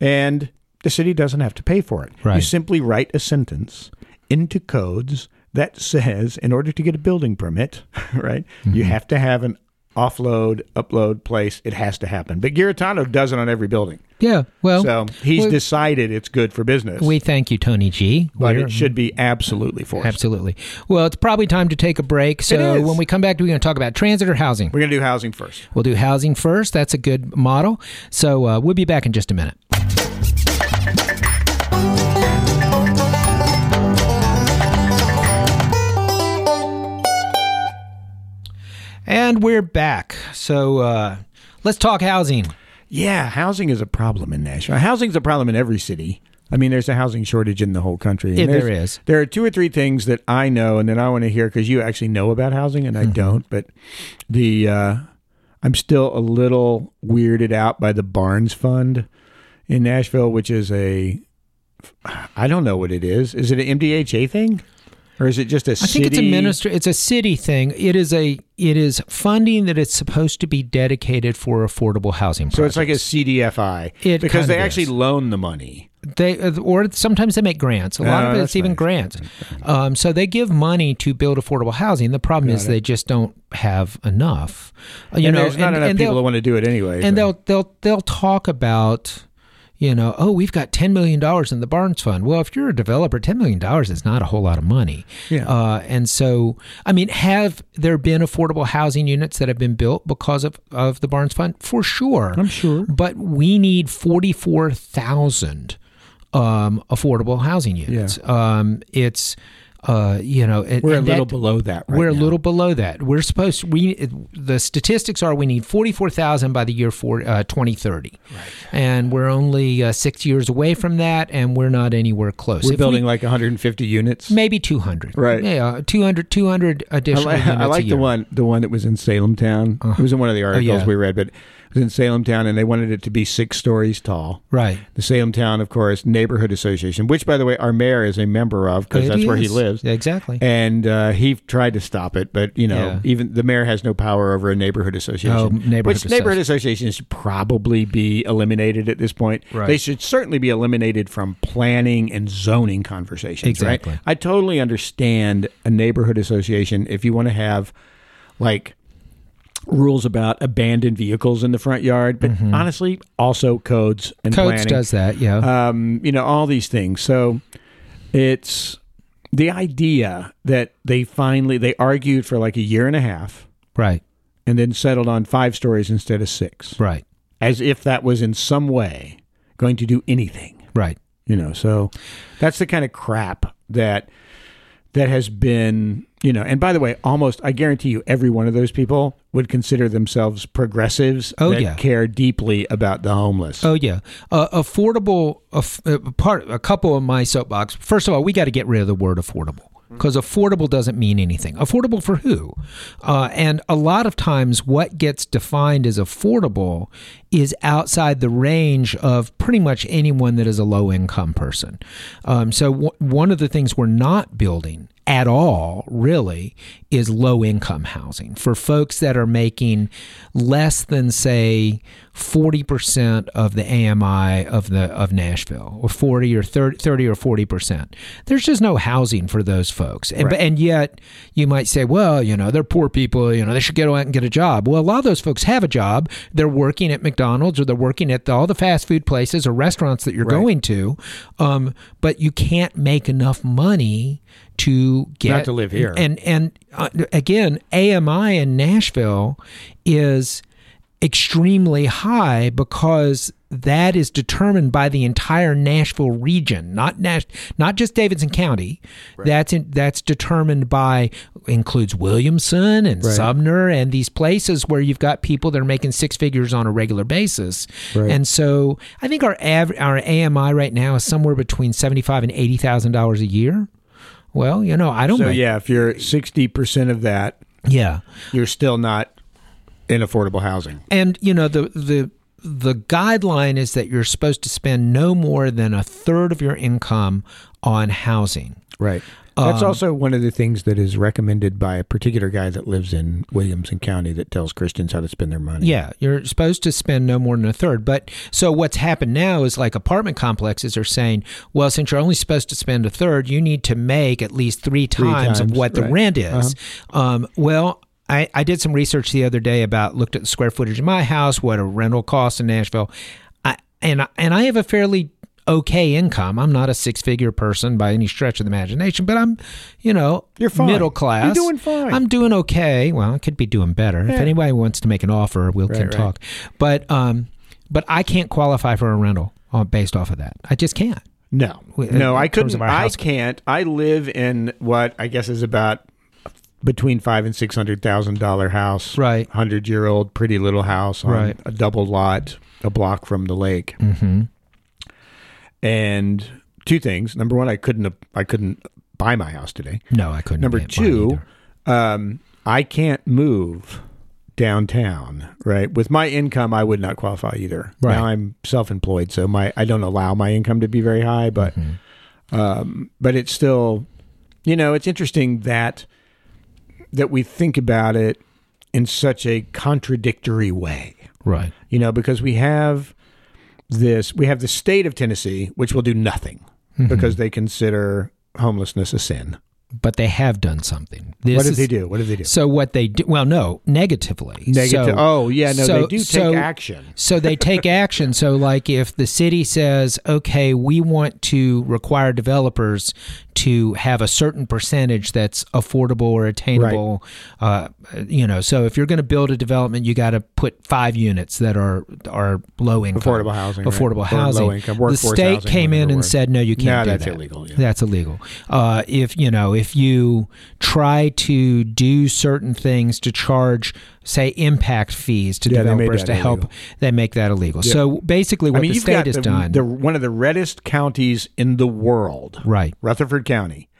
Speaker 2: and the city doesn't have to pay for it. You
Speaker 1: Mm-hmm. Right.
Speaker 2: simply write a sentence into codes that says, in order to get a building permit, right,
Speaker 1: Mm-hmm.
Speaker 2: you have to have an offload, upload place. It has to happen. But Giratano does it on every building,
Speaker 1: Yeah. Well,
Speaker 2: so
Speaker 1: Oh,
Speaker 2: he's
Speaker 1: well,
Speaker 2: decided it's good for business.
Speaker 1: we thank you, Tony G.
Speaker 2: but
Speaker 1: We're-
Speaker 2: it should be absolutely forced.
Speaker 1: Absolutely. Well, it's probably time to take a break. So
Speaker 2: is.
Speaker 1: when we come back, we're going to talk about transit or housing.
Speaker 2: We're going to do housing first.
Speaker 1: We'll do housing first. That's a good model. So uh, we'll be back in just a minute. And we're back. So uh, let's talk housing.
Speaker 2: Yeah, housing is a problem in Nashville. Housing's a problem in every city. I mean, there's a housing shortage in the whole country. and
Speaker 1: Yeah, there
Speaker 2: there's-
Speaker 1: is.
Speaker 2: There are two or three things that I know, and then I want to hear because you actually know about housing
Speaker 1: Mm-hmm.
Speaker 2: and I don't. But the uh, I'm still a little weirded out by the Barnes Fund in Nashville, which is a I don't know what it is. Is it an MDHA thing, or is it just a
Speaker 1: I think it's a
Speaker 2: city-
Speaker 1: minister. It's a city thing. It is a it is funding that it's supposed to be dedicated for affordable housing.
Speaker 2: So it's like a
Speaker 1: projects.
Speaker 2: CDFI
Speaker 1: It
Speaker 2: because
Speaker 1: kind
Speaker 2: they
Speaker 1: of
Speaker 2: actually
Speaker 1: is.
Speaker 2: loan the money.
Speaker 1: they uh, or sometimes they make grants. A lot
Speaker 2: Oh,
Speaker 1: of
Speaker 2: that's
Speaker 1: it's even
Speaker 2: nice.
Speaker 1: grants. Um, so they give money to build affordable housing. The problem is they just don't have enough. Uh, You
Speaker 2: and
Speaker 1: know,
Speaker 2: there's not
Speaker 1: and,
Speaker 2: enough
Speaker 1: and
Speaker 2: people
Speaker 1: they'll-
Speaker 2: that want to do it anyway.
Speaker 1: and
Speaker 2: so-
Speaker 1: they'll they'll they'll talk about you know oh we've got ten million dollars in the Barnes Fund. Well, if you're a developer, ten million dollars is not a whole lot of money.
Speaker 2: Yeah.
Speaker 1: Uh, and so I mean, have there been affordable housing units that have been built because of of the Barnes Fund? For sure,
Speaker 2: I'm sure.
Speaker 1: But we need forty four thousand um, affordable housing units. Um, it's uh, you know, and-
Speaker 2: We're a
Speaker 1: and
Speaker 2: little
Speaker 1: that-
Speaker 2: below that. Right
Speaker 1: we're
Speaker 2: now.
Speaker 1: a little below that. We're supposed we the statistics are we need 44,000 by the year for uh, 2030. And we're only uh, 6 years away from that and we're not anywhere close.
Speaker 2: We're
Speaker 1: If we-
Speaker 2: building like 150 units.
Speaker 1: maybe 200.
Speaker 2: Right.
Speaker 1: Yeah, uh, 200 200
Speaker 2: I,
Speaker 1: additional
Speaker 2: li-
Speaker 1: units
Speaker 2: I
Speaker 1: a
Speaker 2: like the
Speaker 1: year. Uh-huh. Oh,
Speaker 2: one, the one that was in Salem Town. It was in one of the articles
Speaker 1: yeah.
Speaker 2: we read, but it was in Salem Town, and they wanted it to be six stories tall.
Speaker 1: Right.
Speaker 2: The Salem Town, of course, neighborhood association, which, by the way, our mayor is a member of because
Speaker 1: It
Speaker 2: that's where he
Speaker 1: is.
Speaker 2: lives.
Speaker 1: Exactly.
Speaker 2: And uh, he tried to stop it, but you know,
Speaker 1: Yeah.
Speaker 2: even the mayor has no power over a neighborhood association.
Speaker 1: Oh, neighborhood
Speaker 2: which neighborhood associations should probably be eliminated at this point.
Speaker 1: Right.
Speaker 2: They should certainly be eliminated from planning and zoning conversations.
Speaker 1: Exactly.
Speaker 2: Right? I totally understand a neighborhood association if you want to have like rules about abandoned vehicles in the front yard, but honestly, also codes and
Speaker 1: Mm-hmm. Codes
Speaker 2: planning
Speaker 1: does that, yeah.
Speaker 2: um, you know, all these things. So it's the idea that they finally they argued for like a year and a half
Speaker 1: right.
Speaker 2: and then settled on five stories instead of six,
Speaker 1: Right.
Speaker 2: as if that was in some way going to do anything.
Speaker 1: Right.
Speaker 2: You know, so that's the kind of crap that that has been, you know. And by the way, almost I guarantee you, every one of those people would consider themselves progressives
Speaker 1: Oh,
Speaker 2: that
Speaker 1: yeah.
Speaker 2: care deeply about the homeless.
Speaker 1: Oh yeah, uh, affordable. Aff- uh, part a couple of my soapbox. First of all, we got to get rid of the word affordable because affordable doesn't mean anything. Affordable for who? Uh, and a lot of times, what gets defined as affordable is outside the range of pretty much anyone that is a low income person. Um, so w- one of the things we're not building at all, really, is low income housing for folks that are making less than, say, 40% of the AMI of, the, of Nashville, or 40 or 30, 30 or 40%. There's just no housing for those folks. And,
Speaker 2: Right.
Speaker 1: and yet you might say, well, you know, they're poor people, you know, they should get out and get a job. Well, a lot of those folks have a job. They're working at McDonald's or they're working at all the fast food places or restaurants that you're
Speaker 2: Right.
Speaker 1: going to. Um, but you can't make enough money to get
Speaker 2: Not to live here.
Speaker 1: And and uh, again, AMI in Nashville is extremely high because that is determined by the entire Nashville region, not Nash, not just Davidson County. That's in, that's determined by includes Williamson and Sumner and these places where you've got people that are making six figures on a regular basis. And so I think our av- our AMI right now is somewhere between seventy five and eighty thousand dollars a year. Well, you know, I don't.
Speaker 2: So
Speaker 1: make-
Speaker 2: yeah, if you're sixty percent of that,
Speaker 1: yeah.
Speaker 2: you're still not in affordable housing.
Speaker 1: and you know the the the guideline is that you're supposed to spend no more than a third of your income on housing.
Speaker 2: Right. That's
Speaker 1: Um,
Speaker 2: also one of the things that is recommended by a particular guy that lives in Williamson County that tells Christians how to spend their money.
Speaker 1: Yeah, you're supposed to spend no more than a third. But so what's happened now is like apartment complexes are saying, well, since you're only supposed to spend a third, you need to make at least three times, of
Speaker 2: times,
Speaker 1: what the
Speaker 2: right. Uh-huh.
Speaker 1: rent is. Um, well, I, I did some research the other day about looked at the square footage of my house, what a rental costs in Nashville. I, and I- and I have a fairly okay income. I'm not a six figure person by any stretch of the imagination, but I'm, you know,
Speaker 2: You're fine.
Speaker 1: middle class.
Speaker 2: You're doing fine.
Speaker 1: I'm doing okay. Well, I could be doing better. If anybody wants to make an offer, we'll can
Speaker 2: right.
Speaker 1: talk. But um, but I can't qualify for a rental uh, based off of that. I just can't.
Speaker 2: No.
Speaker 1: Wait,
Speaker 2: no,
Speaker 1: in
Speaker 2: I
Speaker 1: terms
Speaker 2: couldn't
Speaker 1: of our
Speaker 2: I
Speaker 1: house-
Speaker 2: can't. I live in what I guess is about between five and six hundred thousand dollar house.
Speaker 1: Right.
Speaker 2: Hundred year old pretty little house on
Speaker 1: Right.
Speaker 2: a double lot a block from the lake.
Speaker 1: Mm-hmm.
Speaker 2: And two things. Number one, I couldn't I couldn't buy my house today.
Speaker 1: No, I couldn't.
Speaker 2: Number
Speaker 1: get mine
Speaker 2: two,
Speaker 1: either.
Speaker 2: um, I can't move downtown. Right, with my income, I would not qualify either.
Speaker 1: Right.
Speaker 2: Now I'm self-employed, so my I don't allow my income to be very high, but
Speaker 1: Mm-hmm.
Speaker 2: um, but it's still, you know, it's interesting that that we think about it in such a contradictory way
Speaker 1: right?
Speaker 2: you know, because we have this, we have the state of Tennessee, which will do nothing
Speaker 1: Mm-hmm.
Speaker 2: because they consider homelessness a sin.
Speaker 1: But they have done something. This
Speaker 2: what did
Speaker 1: is,
Speaker 2: they do? What did they do?
Speaker 1: So what they do? Well, no, negatively.
Speaker 2: Negative.
Speaker 1: So-
Speaker 2: oh, yeah, no,
Speaker 1: so-
Speaker 2: they do take
Speaker 1: so-
Speaker 2: action.
Speaker 1: So they take action. So, like, if the city says, okay, we want to require developers to have a certain percentage that's affordable or attainable, uh, you know, so if you're going to build a development, you got to put five units that are are low income,
Speaker 2: Affordable housing, right.
Speaker 1: affordable
Speaker 2: Or
Speaker 1: housing.
Speaker 2: low income,
Speaker 1: the
Speaker 2: workforce
Speaker 1: state
Speaker 2: housing,
Speaker 1: came in
Speaker 2: whatever
Speaker 1: and
Speaker 2: word.
Speaker 1: said, no, you can't.
Speaker 2: No,
Speaker 1: do
Speaker 2: that's
Speaker 1: that.
Speaker 2: illegal, yeah.
Speaker 1: That's illegal. Uh, if you know, if you try to do certain things to charge, say, impact fees to
Speaker 2: Yeah, they made
Speaker 1: developers
Speaker 2: that
Speaker 1: to help
Speaker 2: illegal.
Speaker 1: they make that illegal. So basically, what
Speaker 2: I mean,
Speaker 1: the
Speaker 2: you've
Speaker 1: state
Speaker 2: got
Speaker 1: has
Speaker 2: the,
Speaker 1: done,
Speaker 2: the- one of the reddest counties in the world,
Speaker 1: right?
Speaker 2: Rutherford County,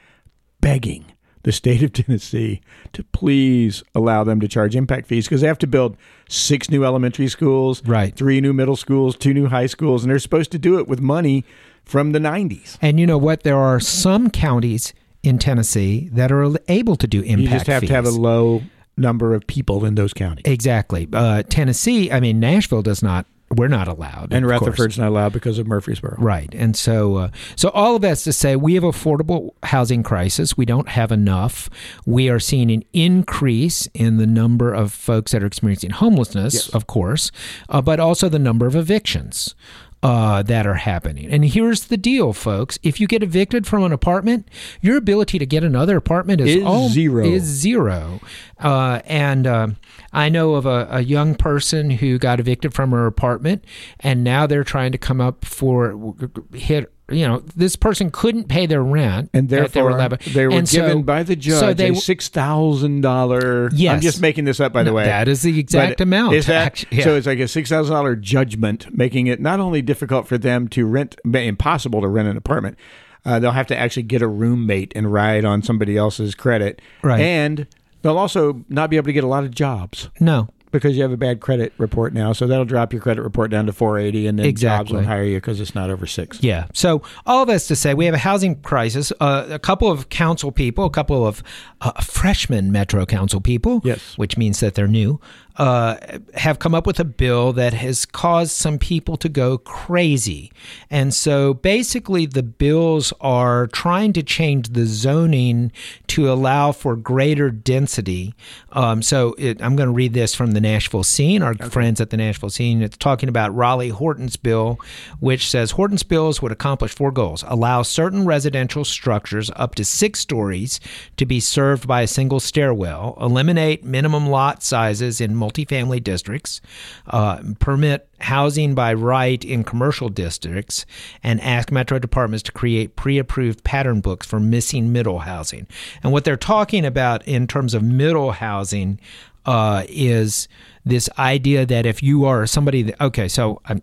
Speaker 2: begging the state of Tennessee to please allow them to charge impact fees because they have to build six new elementary schools,
Speaker 1: Right.
Speaker 2: three new middle schools, two new high schools, and they're supposed to do it with money from the 90s.
Speaker 1: And you know what? There are some counties in Tennessee that are able to do impact.
Speaker 2: You just have
Speaker 1: fees.
Speaker 2: to have a low number of people in those counties.
Speaker 1: exactly. Uh, Tennessee. I mean, Nashville does not. We're not allowed.
Speaker 2: And
Speaker 1: of course.
Speaker 2: Rutherford's not allowed because of Murfreesboro.
Speaker 1: Right. And so uh, so all of that's to say we have affordable housing crisis. We don't have enough. We are seeing an increase in the number of folks that are experiencing homelessness, of course, uh, but also the number of evictions. Uh, that are happening. And here's the deal, folks. If you get evicted from an apartment, your ability to get another apartment is,
Speaker 2: Is
Speaker 1: al-
Speaker 2: zero.
Speaker 1: Is zero. Uh, and um I know of a, a young person who got evicted from her apartment, and now they're trying to come up for hit. You know, this person couldn't pay their rent,
Speaker 2: And
Speaker 1: that they
Speaker 2: therefore,
Speaker 1: were, lab-
Speaker 2: they were
Speaker 1: and so-
Speaker 2: given by the judge
Speaker 1: So they
Speaker 2: a six thousand dollar.
Speaker 1: Yes.
Speaker 2: I'm just making this up, by the way.
Speaker 1: that is the exact
Speaker 2: But
Speaker 1: amount.
Speaker 2: Is that,
Speaker 1: actu- yeah.
Speaker 2: So it's like a six thousand dollar judgment, making it not only difficult for them to rent, ma- impossible to rent an apartment. Uh, they'll have to actually get a roommate and ride on somebody else's credit,
Speaker 1: Right.
Speaker 2: And they'll also not be able to get a lot of jobs
Speaker 1: no.
Speaker 2: because you have a bad credit report now. So that'll drop your credit report down to 480, and then jobs
Speaker 1: Exactly.
Speaker 2: won't hire you because it's not over six.
Speaker 1: Yeah. So all that's to say, we have a housing crisis. Uh, a couple of council people, a couple of uh, freshman Metro Council people,
Speaker 2: Yes.
Speaker 1: which means that they're new, uh, have come up with a bill that has caused some people to go crazy. And so basically, the bills are trying to change the zoning to allow for greater density. Um, so it, I'm going to read this from the Nashville scene, our friends at the Nashville scene. It's talking about Raleigh Horton's bill, which says Horton's bills would accomplish four goals allow certain residential structures up to six stories to be served by a single stairwell, eliminate minimum lot sizes in multifamily districts, uh, permit housing by right in commercial districts, and ask Metro departments to create pre approved pattern books for missing middle housing. And what they're talking about in terms of middle housing uh, is this idea that if you are somebody that, okay, so I'm,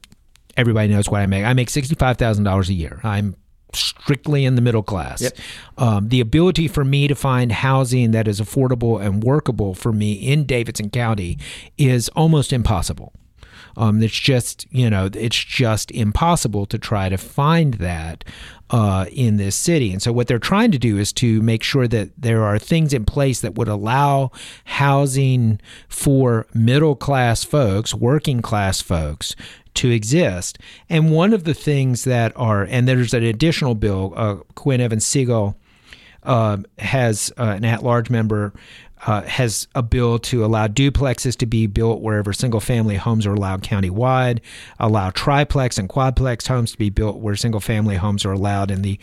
Speaker 1: everybody knows what I make. I make $65,000 a year. I'm strictly in the middle class. Um, the ability for me to find housing that is affordable and workable for me in Davidson County is almost impossible. Um, it's just you know it's just impossible to try to find that uh, in this city. And so what they're trying to do is to make sure that there are things in place that would allow housing for middle class folks, working class folks. To exist. And one of the things that are, and there's an additional bill, uh, Quinn Evans Siegel um, has uh, an at-large member uh, has a bill to allow duplexes to be built wherever single-family homes are allowed countywide, allow triplex and quadplex homes to be built where single-family homes are allowed in the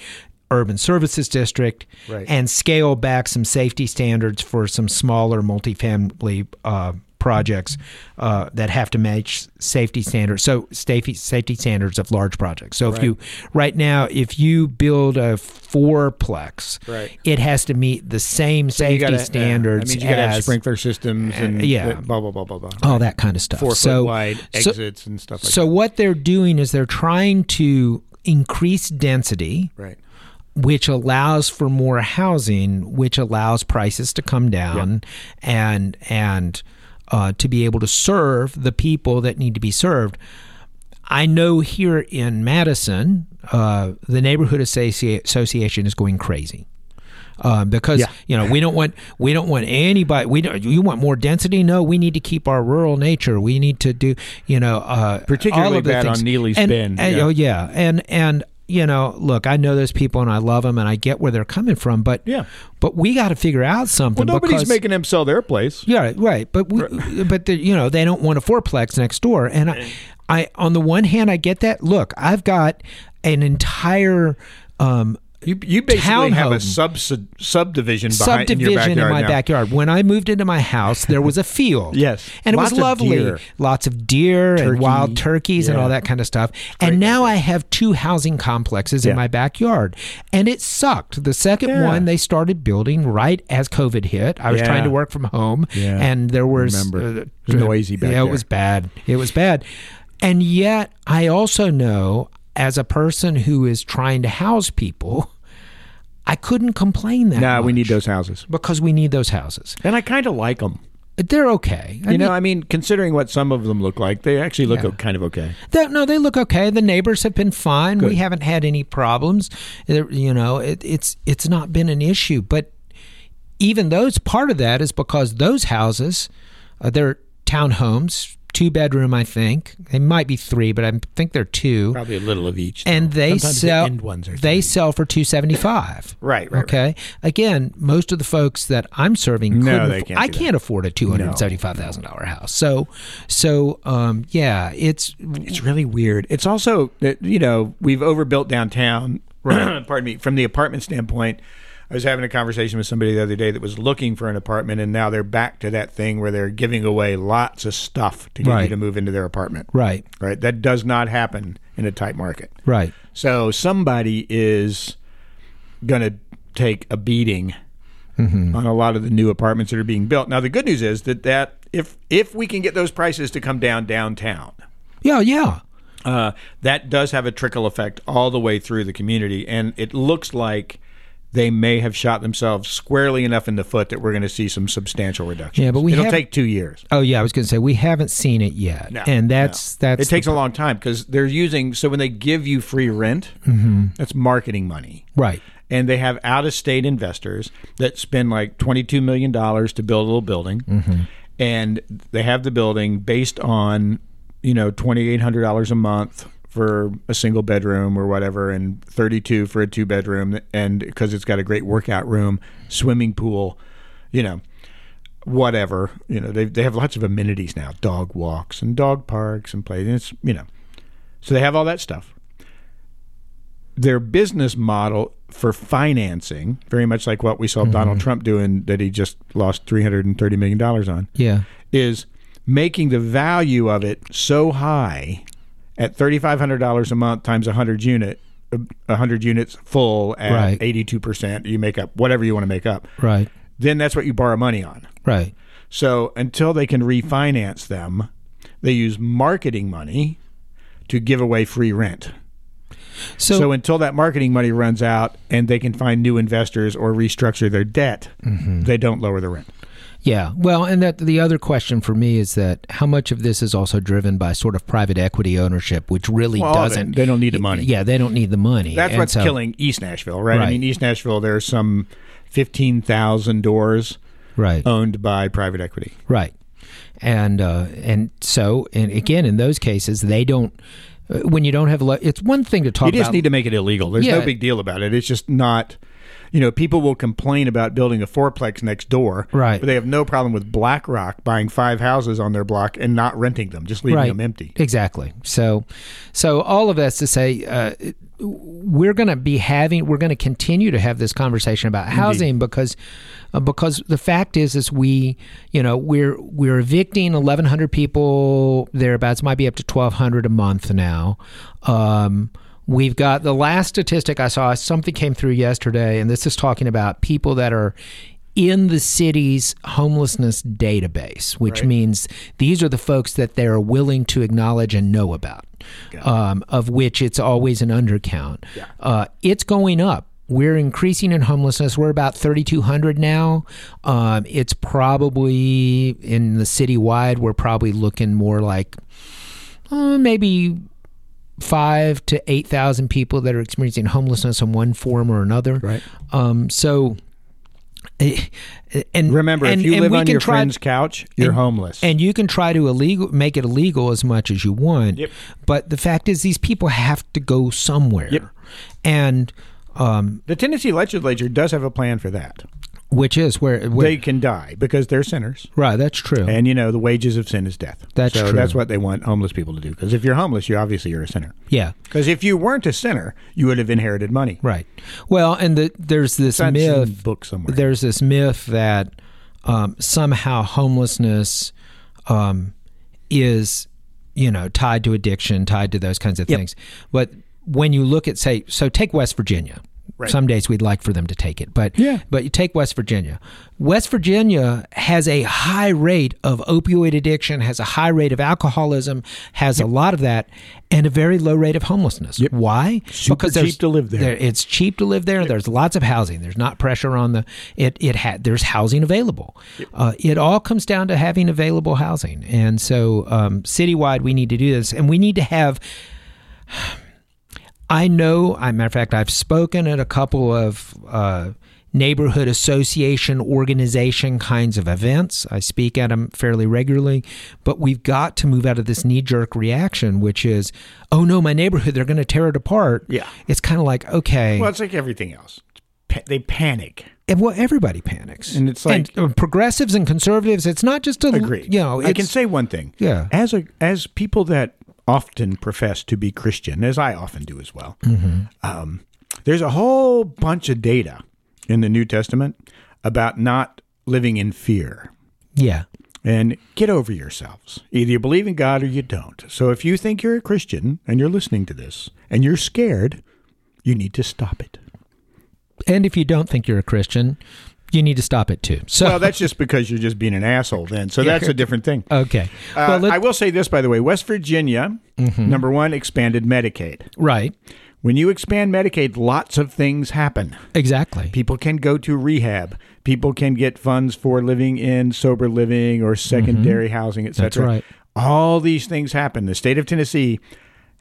Speaker 1: urban services district, and scale back some safety standards for some smaller multifamily. Uh, projects uh, that have to match safety standards so safety safety standards of large projects so if you right now if you build a fourplex
Speaker 2: Right.
Speaker 1: it has to meet the same safety
Speaker 2: gotta- yeah.
Speaker 1: standards
Speaker 2: I mean, you got to have
Speaker 1: as
Speaker 2: sprinkler systems and
Speaker 1: yeah.
Speaker 2: blah blah blah blah blah.
Speaker 1: all that kind of stuff.
Speaker 2: Four
Speaker 1: so,
Speaker 2: foot wide
Speaker 1: so-
Speaker 2: exits and stuff like
Speaker 1: so what they're doing is they're trying to increase density,
Speaker 2: that. Right.
Speaker 1: which allows for more housing, which allows prices to come down, and and uh, to be able to serve the people that need to be served. I know here in Madison, uh, the neighborhood associ- association is going crazy um, because you know we don't want we don't want anybody we don't you want more density no we need to keep our rural nature we need to do you know uh,
Speaker 2: Particularly
Speaker 1: all of the
Speaker 2: bad on
Speaker 1: things.
Speaker 2: Neely's
Speaker 1: and,
Speaker 2: Bend,
Speaker 1: and-
Speaker 2: yeah.
Speaker 1: oh yeah and and you know look I know those people and I love them and I get where they're coming from but
Speaker 2: Yeah.
Speaker 1: but we got to figure out something
Speaker 2: Well, nobody's
Speaker 1: because,
Speaker 2: making them sell their place.
Speaker 1: yeah, right. But we, but the, you know they don't want a fourplex next door. And I, I on the one hand I get that. Look, I've got an entire um,
Speaker 2: You you basically have a
Speaker 1: Townhome.
Speaker 2: sub subdivision behind in your
Speaker 1: subdivision in,
Speaker 2: backyard
Speaker 1: my
Speaker 2: now.
Speaker 1: backyard. When I moved into my house, there was a field.
Speaker 2: Yes.
Speaker 1: and
Speaker 2: Lots
Speaker 1: it
Speaker 2: of
Speaker 1: was lovely.
Speaker 2: deer.
Speaker 1: Lots of deer and
Speaker 2: Turkey.
Speaker 1: wild turkeys and
Speaker 2: Yeah.
Speaker 1: all that kind of stuff. And now I have two housing complexes in
Speaker 2: Yeah.
Speaker 1: my backyard, and it sucked. The second
Speaker 2: Yeah.
Speaker 1: one they started building right as COVID hit. I was
Speaker 2: Yeah.
Speaker 1: trying to work from home,
Speaker 2: Yeah.
Speaker 1: and there was uh,
Speaker 2: Remember. It was noisy back
Speaker 1: yeah, it
Speaker 2: there.
Speaker 1: was bad. It was bad. And yet, I also know as a person who is trying to house people. I couldn't complain that.
Speaker 2: Nah, we
Speaker 1: much
Speaker 2: need those houses,
Speaker 1: because we need those houses.
Speaker 2: and I kind of like them.
Speaker 1: They're okay. I
Speaker 2: You know,
Speaker 1: mean,
Speaker 2: I mean, considering what some of them look like, they actually look
Speaker 1: Yeah.
Speaker 2: o- kind of okay.
Speaker 1: they- no, they look okay. The neighbors have been fine. We haven't had any problems. There- you know, it, it's it's not been an issue. But even those part of that is because those houses, uh, they're townhomes, two bedroom, I think. They might be three, but I think they're two.
Speaker 2: Probably a little of each.
Speaker 1: And they sell. they sell for two seventy five.
Speaker 2: Right, right,
Speaker 1: Okay. Again, most of the folks that I'm serving,
Speaker 2: No,
Speaker 1: couldn't
Speaker 2: they
Speaker 1: affo-
Speaker 2: can't
Speaker 1: I
Speaker 2: do that.
Speaker 1: can't afford a two hundred seventy five thousand dollar house. So, so um, yeah, it's
Speaker 2: It's really weird. It's also that you know we've overbuilt downtown. pardon me. From the apartment standpoint, I was having a conversation with somebody the other day that was looking for an apartment, and now they're back to that thing where they're giving away lots of stuff to get
Speaker 1: Right.
Speaker 2: you to move into their apartment.
Speaker 1: right,
Speaker 2: Right. That does not happen in a tight market.
Speaker 1: right,
Speaker 2: So somebody is going to take a beating on a lot of the new apartments that are being built. Now the good news is that that if if we can get those prices to come down downtown,
Speaker 1: yeah, yeah,
Speaker 2: uh, that does have a trickle effect all the way through the community, and it looks like they may have shot themselves squarely enough in the foot that we're going to see some substantial reduction.
Speaker 1: Yeah, but we
Speaker 2: it'll
Speaker 1: have-
Speaker 2: take two years.
Speaker 1: Oh yeah, I was going to say we haven't seen it yet,
Speaker 2: No,
Speaker 1: and that's that's
Speaker 2: it takes a long time because they're using so when they give you free rent,
Speaker 1: Mm-hmm.
Speaker 2: that's marketing money.
Speaker 1: right.
Speaker 2: and they have out of state investors that spend like $22 million to build a little building. And they have the building based on, you know, $2,800 a month for a single bedroom or whatever, and 32 for a two bedroom. And because it's got a great workout room, swimming pool, you know, whatever. You know, they, they have lots of amenities now dog walks and dog parks and play. And it's, you know, so they have all that stuff their business model for financing, very much like what we saw Donald Trump doing that he just lost $330 million on,
Speaker 1: Yeah,
Speaker 2: is making the value of it so high at $3,500 a month times 100 unit, 100 units full at
Speaker 1: Right.
Speaker 2: 82%, you make up whatever you want to make up.
Speaker 1: right,
Speaker 2: Then that's what you borrow money on.
Speaker 1: right.
Speaker 2: So until they can refinance them, they use marketing money to give away free rent.
Speaker 1: So,
Speaker 2: So until that marketing money runs out and they can find new investors or restructure their debt,
Speaker 1: Mm-hmm.
Speaker 2: they don't lower the rent.
Speaker 1: yeah, well, and that the other question for me is that how much of this is also driven by sort of private equity ownership, which really
Speaker 2: Well, all of it.
Speaker 1: doesn't.
Speaker 2: They don't need the money.
Speaker 1: Yeah, they don't need the money.
Speaker 2: That's
Speaker 1: And
Speaker 2: what's
Speaker 1: so-
Speaker 2: killing East Nashville, right?
Speaker 1: Right.
Speaker 2: I mean, East Nashville, there's some 15,000 doors
Speaker 1: Right,
Speaker 2: owned by private equity.
Speaker 1: right, and uh, and so and again in those cases they don't. uh, When you don't have, le- it's one thing to talk
Speaker 2: You just
Speaker 1: about.
Speaker 2: need to make it illegal. There's
Speaker 1: Yeah.
Speaker 2: no big deal about it. It's just not, you know, people will complain about building a fourplex next door,
Speaker 1: Right.
Speaker 2: But they have no problem with BlackRock buying five houses on their block and not renting them, just leaving them empty.
Speaker 1: Exactly. So, so all of that's to say, uh, we're going to be having, we're going to continue to have this conversation about housing because, uh, because the fact is, is we, you know, we're we're evicting 1,100 people thereabouts, might be up to 1,200 a month now. Um, We've got the last statistic I saw, something came through yesterday, and this is talking about people that are in the city's homelessness database, which means these are the folks that they are willing to acknowledge and know about, um, of which it's always an undercount. Uh, it's going up. We're increasing in homelessness. We're about 3,200 now. Um, it's probably in the citywide, we're probably looking more like uh, maybe five to 8,000 people that are experiencing homelessness in one form or another.
Speaker 2: Right.
Speaker 1: Um, so, eh, and
Speaker 2: Remember,
Speaker 1: and,
Speaker 2: if you
Speaker 1: and
Speaker 2: live
Speaker 1: we
Speaker 2: on
Speaker 1: can
Speaker 2: your
Speaker 1: try,
Speaker 2: friend's couch, you're homeless.
Speaker 1: and you can try to illegal make it illegal as much as you want. But the fact is, these people have to go somewhere,
Speaker 2: Yep.
Speaker 1: and um,
Speaker 2: the Tennessee legislature does have a plan for that.
Speaker 1: which is where, where
Speaker 2: they can die because they're sinners.
Speaker 1: right? That's true.
Speaker 2: And you know the wages of sin is death.
Speaker 1: That's
Speaker 2: so
Speaker 1: true.
Speaker 2: That's what they want homeless people to do. Because if you're homeless, you obviously you're a sinner.
Speaker 1: yeah.
Speaker 2: Because if you weren't a sinner, you would have inherited money.
Speaker 1: Right. Well, and the, there's this
Speaker 2: That's in
Speaker 1: myth
Speaker 2: the book somewhere.
Speaker 1: There's this myth that um, somehow homelessness um, is, you know, tied to addiction, tied to those kinds of things. But when you look at, say, so take West Virginia.
Speaker 2: Right.
Speaker 1: Some days we'd like for them to take it, but
Speaker 2: Yeah.
Speaker 1: but you take West Virginia. West Virginia has a high rate of opioid addiction, has a high rate of alcoholism, has a lot of that, and a very low rate of homelessness. Why? because there's-
Speaker 2: cheap to live there.
Speaker 1: It's cheap to live there. There's lots of housing. There's not pressure on the it. It had there's housing available. Uh, it all comes down to having available housing, and so um, citywide we need to do this, and we need to have. I know. I matter of fact, I've spoken at a couple of uh, neighborhood association organization kinds of events. I speak at them fairly regularly, but we've got to move out of this knee jerk reaction, which is, oh no, my neighborhood, they're going to tear it apart.
Speaker 2: Yeah.
Speaker 1: it's kind of like okay,
Speaker 2: Well,
Speaker 1: well,
Speaker 2: it's like everything else. Pa- they panic.
Speaker 1: well everybody panics,
Speaker 2: And it's like-
Speaker 1: And, uh, progressives and conservatives. It's not just a
Speaker 2: Agreed.
Speaker 1: You know,
Speaker 2: I can
Speaker 1: it's-
Speaker 2: say one thing.
Speaker 1: Yeah.
Speaker 2: As a as people that often profess to be Christian, as I often do as well,
Speaker 1: Mm-hmm.
Speaker 2: um, there's a whole bunch of data in the New Testament about not living in fear.
Speaker 1: yeah,
Speaker 2: and get over yourselves. Either you believe in God or you don't. So if you think you're a Christian and you're listening to this and you're scared, you need to stop it.
Speaker 1: and if you don't think you're a Christian, you need to stop it too. So
Speaker 2: Well, that's just because you're just being an asshole then. So that's a different thing.
Speaker 1: okay,
Speaker 2: Uh,
Speaker 1: well, let, Mm-hmm.
Speaker 2: I will say this, by the way West Virginia, number one, expanded Medicaid.
Speaker 1: right.
Speaker 2: When you expand Medicaid, lots of things happen.
Speaker 1: Exactly.
Speaker 2: People can go to rehab. People can get funds for living in sober living or secondary housing, etc.
Speaker 1: Mm-hmm. That's right.
Speaker 2: All these things happen. The state of Tennessee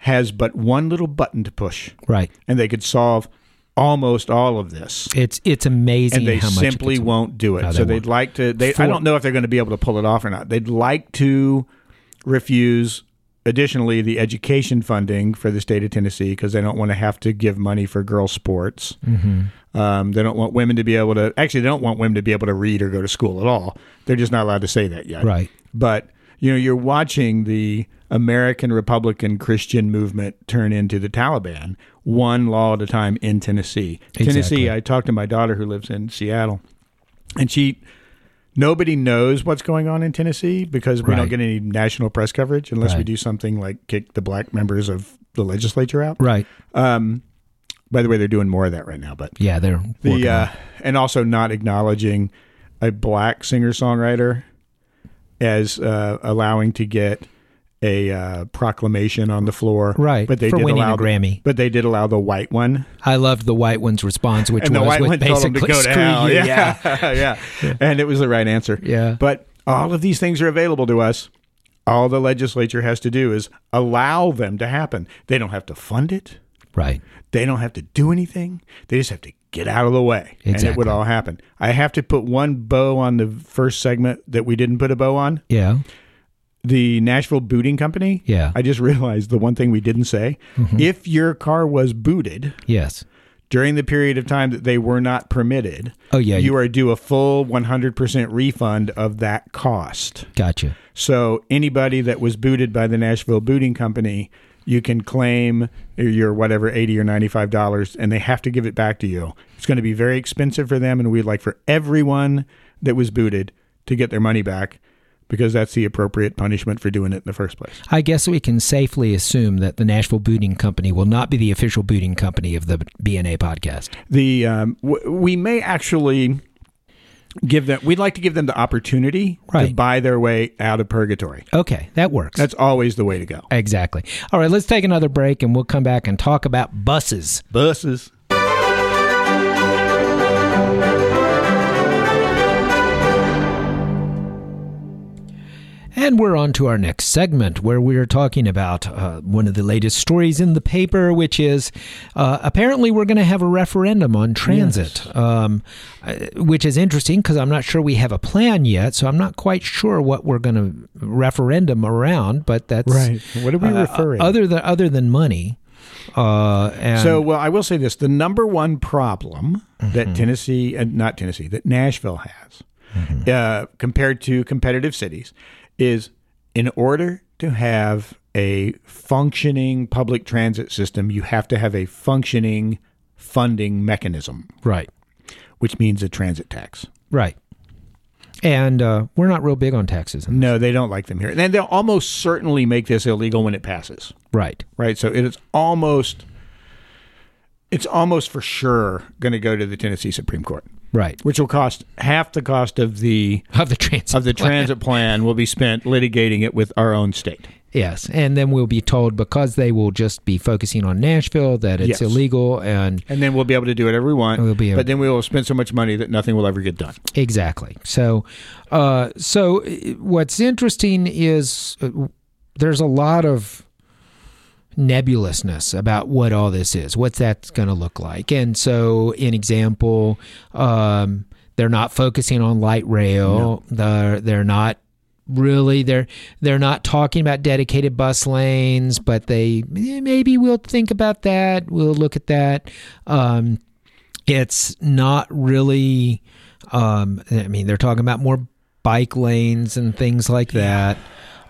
Speaker 2: has but one little button to push,
Speaker 1: Right.
Speaker 2: and they could solve almost all of this.
Speaker 1: It's it's amazing
Speaker 2: And they
Speaker 1: how much it
Speaker 2: simply
Speaker 1: gets-
Speaker 2: won't do it.
Speaker 1: No, they
Speaker 2: so they'd
Speaker 1: won't.
Speaker 2: like to. They,
Speaker 1: For-
Speaker 2: I don't know if they're going to be able to pull it off or not. They'd like to refuse. Additionally, the education funding for the state of Tennessee because they don't want to have to give money for girls' sports.
Speaker 1: Mm-hmm.
Speaker 2: Um, they don't want women to be able to. Actually, they don't want women to be able to read or go to school at all. They're just not allowed to say that yet.
Speaker 1: Right.
Speaker 2: But you know, you're watching the American Republican Christian movement turn into the Taliban, one law at a time in Tennessee.
Speaker 1: Exactly.
Speaker 2: Tennessee. I talked to my daughter who lives in Seattle, and she. Nobody knows what's going on in Tennessee because we
Speaker 1: Right.
Speaker 2: don't get any national press coverage unless we
Speaker 1: Right.
Speaker 2: do something like kick the black members of the legislature out.
Speaker 1: Right.
Speaker 2: By the way, they're doing more of that right now, but
Speaker 1: Yeah, they're working
Speaker 2: the
Speaker 1: on
Speaker 2: uh, and also not acknowledging a black singer songwriter as uh, allowing to get a uh, proclamation on the floor,
Speaker 1: Right,
Speaker 2: But they
Speaker 1: for
Speaker 2: did
Speaker 1: winning a
Speaker 2: allow
Speaker 1: Grammy.
Speaker 2: but they did allow the white one,
Speaker 1: I loved the white one's response, which
Speaker 2: and
Speaker 1: was
Speaker 2: the white
Speaker 1: with
Speaker 2: one told them
Speaker 1: basically
Speaker 2: to go to
Speaker 1: screw
Speaker 2: hell.
Speaker 1: you.
Speaker 2: Yeah, yeah, and it was the right answer.
Speaker 1: Yeah.
Speaker 2: but all of these things are available to us. All the legislature has to do is allow them to happen. They don't have to fund it.
Speaker 1: Right.
Speaker 2: They don't have to do anything. They just have to get out of the way, and it
Speaker 1: Exactly.
Speaker 2: would all happen. I have to put one bow on the first segment that we didn't put a bow on.
Speaker 1: Yeah.
Speaker 2: The Nashville Booting Company.
Speaker 1: Yeah. Mm-hmm.
Speaker 2: I just realized the one thing we didn't say. If your car was booted
Speaker 1: yes.
Speaker 2: during the period of time that they were not permitted,
Speaker 1: Oh, yeah.
Speaker 2: you are due a full 100% refund of that cost.
Speaker 1: Gotcha.
Speaker 2: So anybody that was booted by the Nashville Booting Company, you can claim your whatever eighty or ninety five dollars, and they have to give it back to you. It's going to be very expensive for them, and we'd like for everyone that was booted to get their money back because that's the appropriate punishment for doing it in the first place.
Speaker 1: I guess we can safely assume that the Nashville Booting Company will not be the official booting company of the BNA podcast.
Speaker 2: The um, w- we may actually give them. We'd like to give them the opportunity to
Speaker 1: Right.
Speaker 2: buy their way out of purgatory.
Speaker 1: Okay, that works.
Speaker 2: That's always the way to go.
Speaker 1: exactly. All right, let's take another break and we'll come back and talk about buses.
Speaker 2: Buses.
Speaker 1: And we're on to our next segment where we are talking about uh, one of the latest stories in the paper, which is uh, apparently we're going to have a referendum on transit, um, uh, which is interesting because I'm not sure we have a plan yet. So I'm not quite sure what we're going to referendum around, but that's
Speaker 2: What are we
Speaker 1: uh,
Speaker 2: referring?
Speaker 1: other than other than money. Uh, and
Speaker 2: So, well, I will say this: the number one problem that Tennessee, and not Tennessee, that Nashville has, uh, compared to competitive cities, is in order to have a functioning public transit system, you have to have a functioning funding mechanism,
Speaker 1: right,
Speaker 2: which means a transit tax.
Speaker 1: right, and uh, we're not real big on taxes, in-
Speaker 2: No, they don't like them here, and they'll almost certainly make this illegal when it passes.
Speaker 1: right?
Speaker 2: right? So it is almost, it's almost for sure going to go to the Tennessee Supreme Court,
Speaker 1: Right
Speaker 2: which will cost half the cost of the
Speaker 1: of the transit
Speaker 2: of the
Speaker 1: plan.
Speaker 2: transit plan will be spent litigating it with our own state.
Speaker 1: Yes, and then we'll be told because they will just be focusing on Nashville that it's
Speaker 2: Yes.
Speaker 1: illegal and
Speaker 2: And then we'll be able to do whatever we want.
Speaker 1: We'll be able-
Speaker 2: but then we will spend so much money that nothing will ever get done.
Speaker 1: exactly. So, uh, so uh, what's interesting is uh, there's a lot of nebulousness about what all this is. What's that going to look like? And so, an example, um, they're not focusing on light rail. They're they're not really they're they're not talking about dedicated bus lanes, but they eh, maybe we'll think about that. We'll look at that. Um, it's not really. Um, I mean, they're talking about more bike lanes and things like that.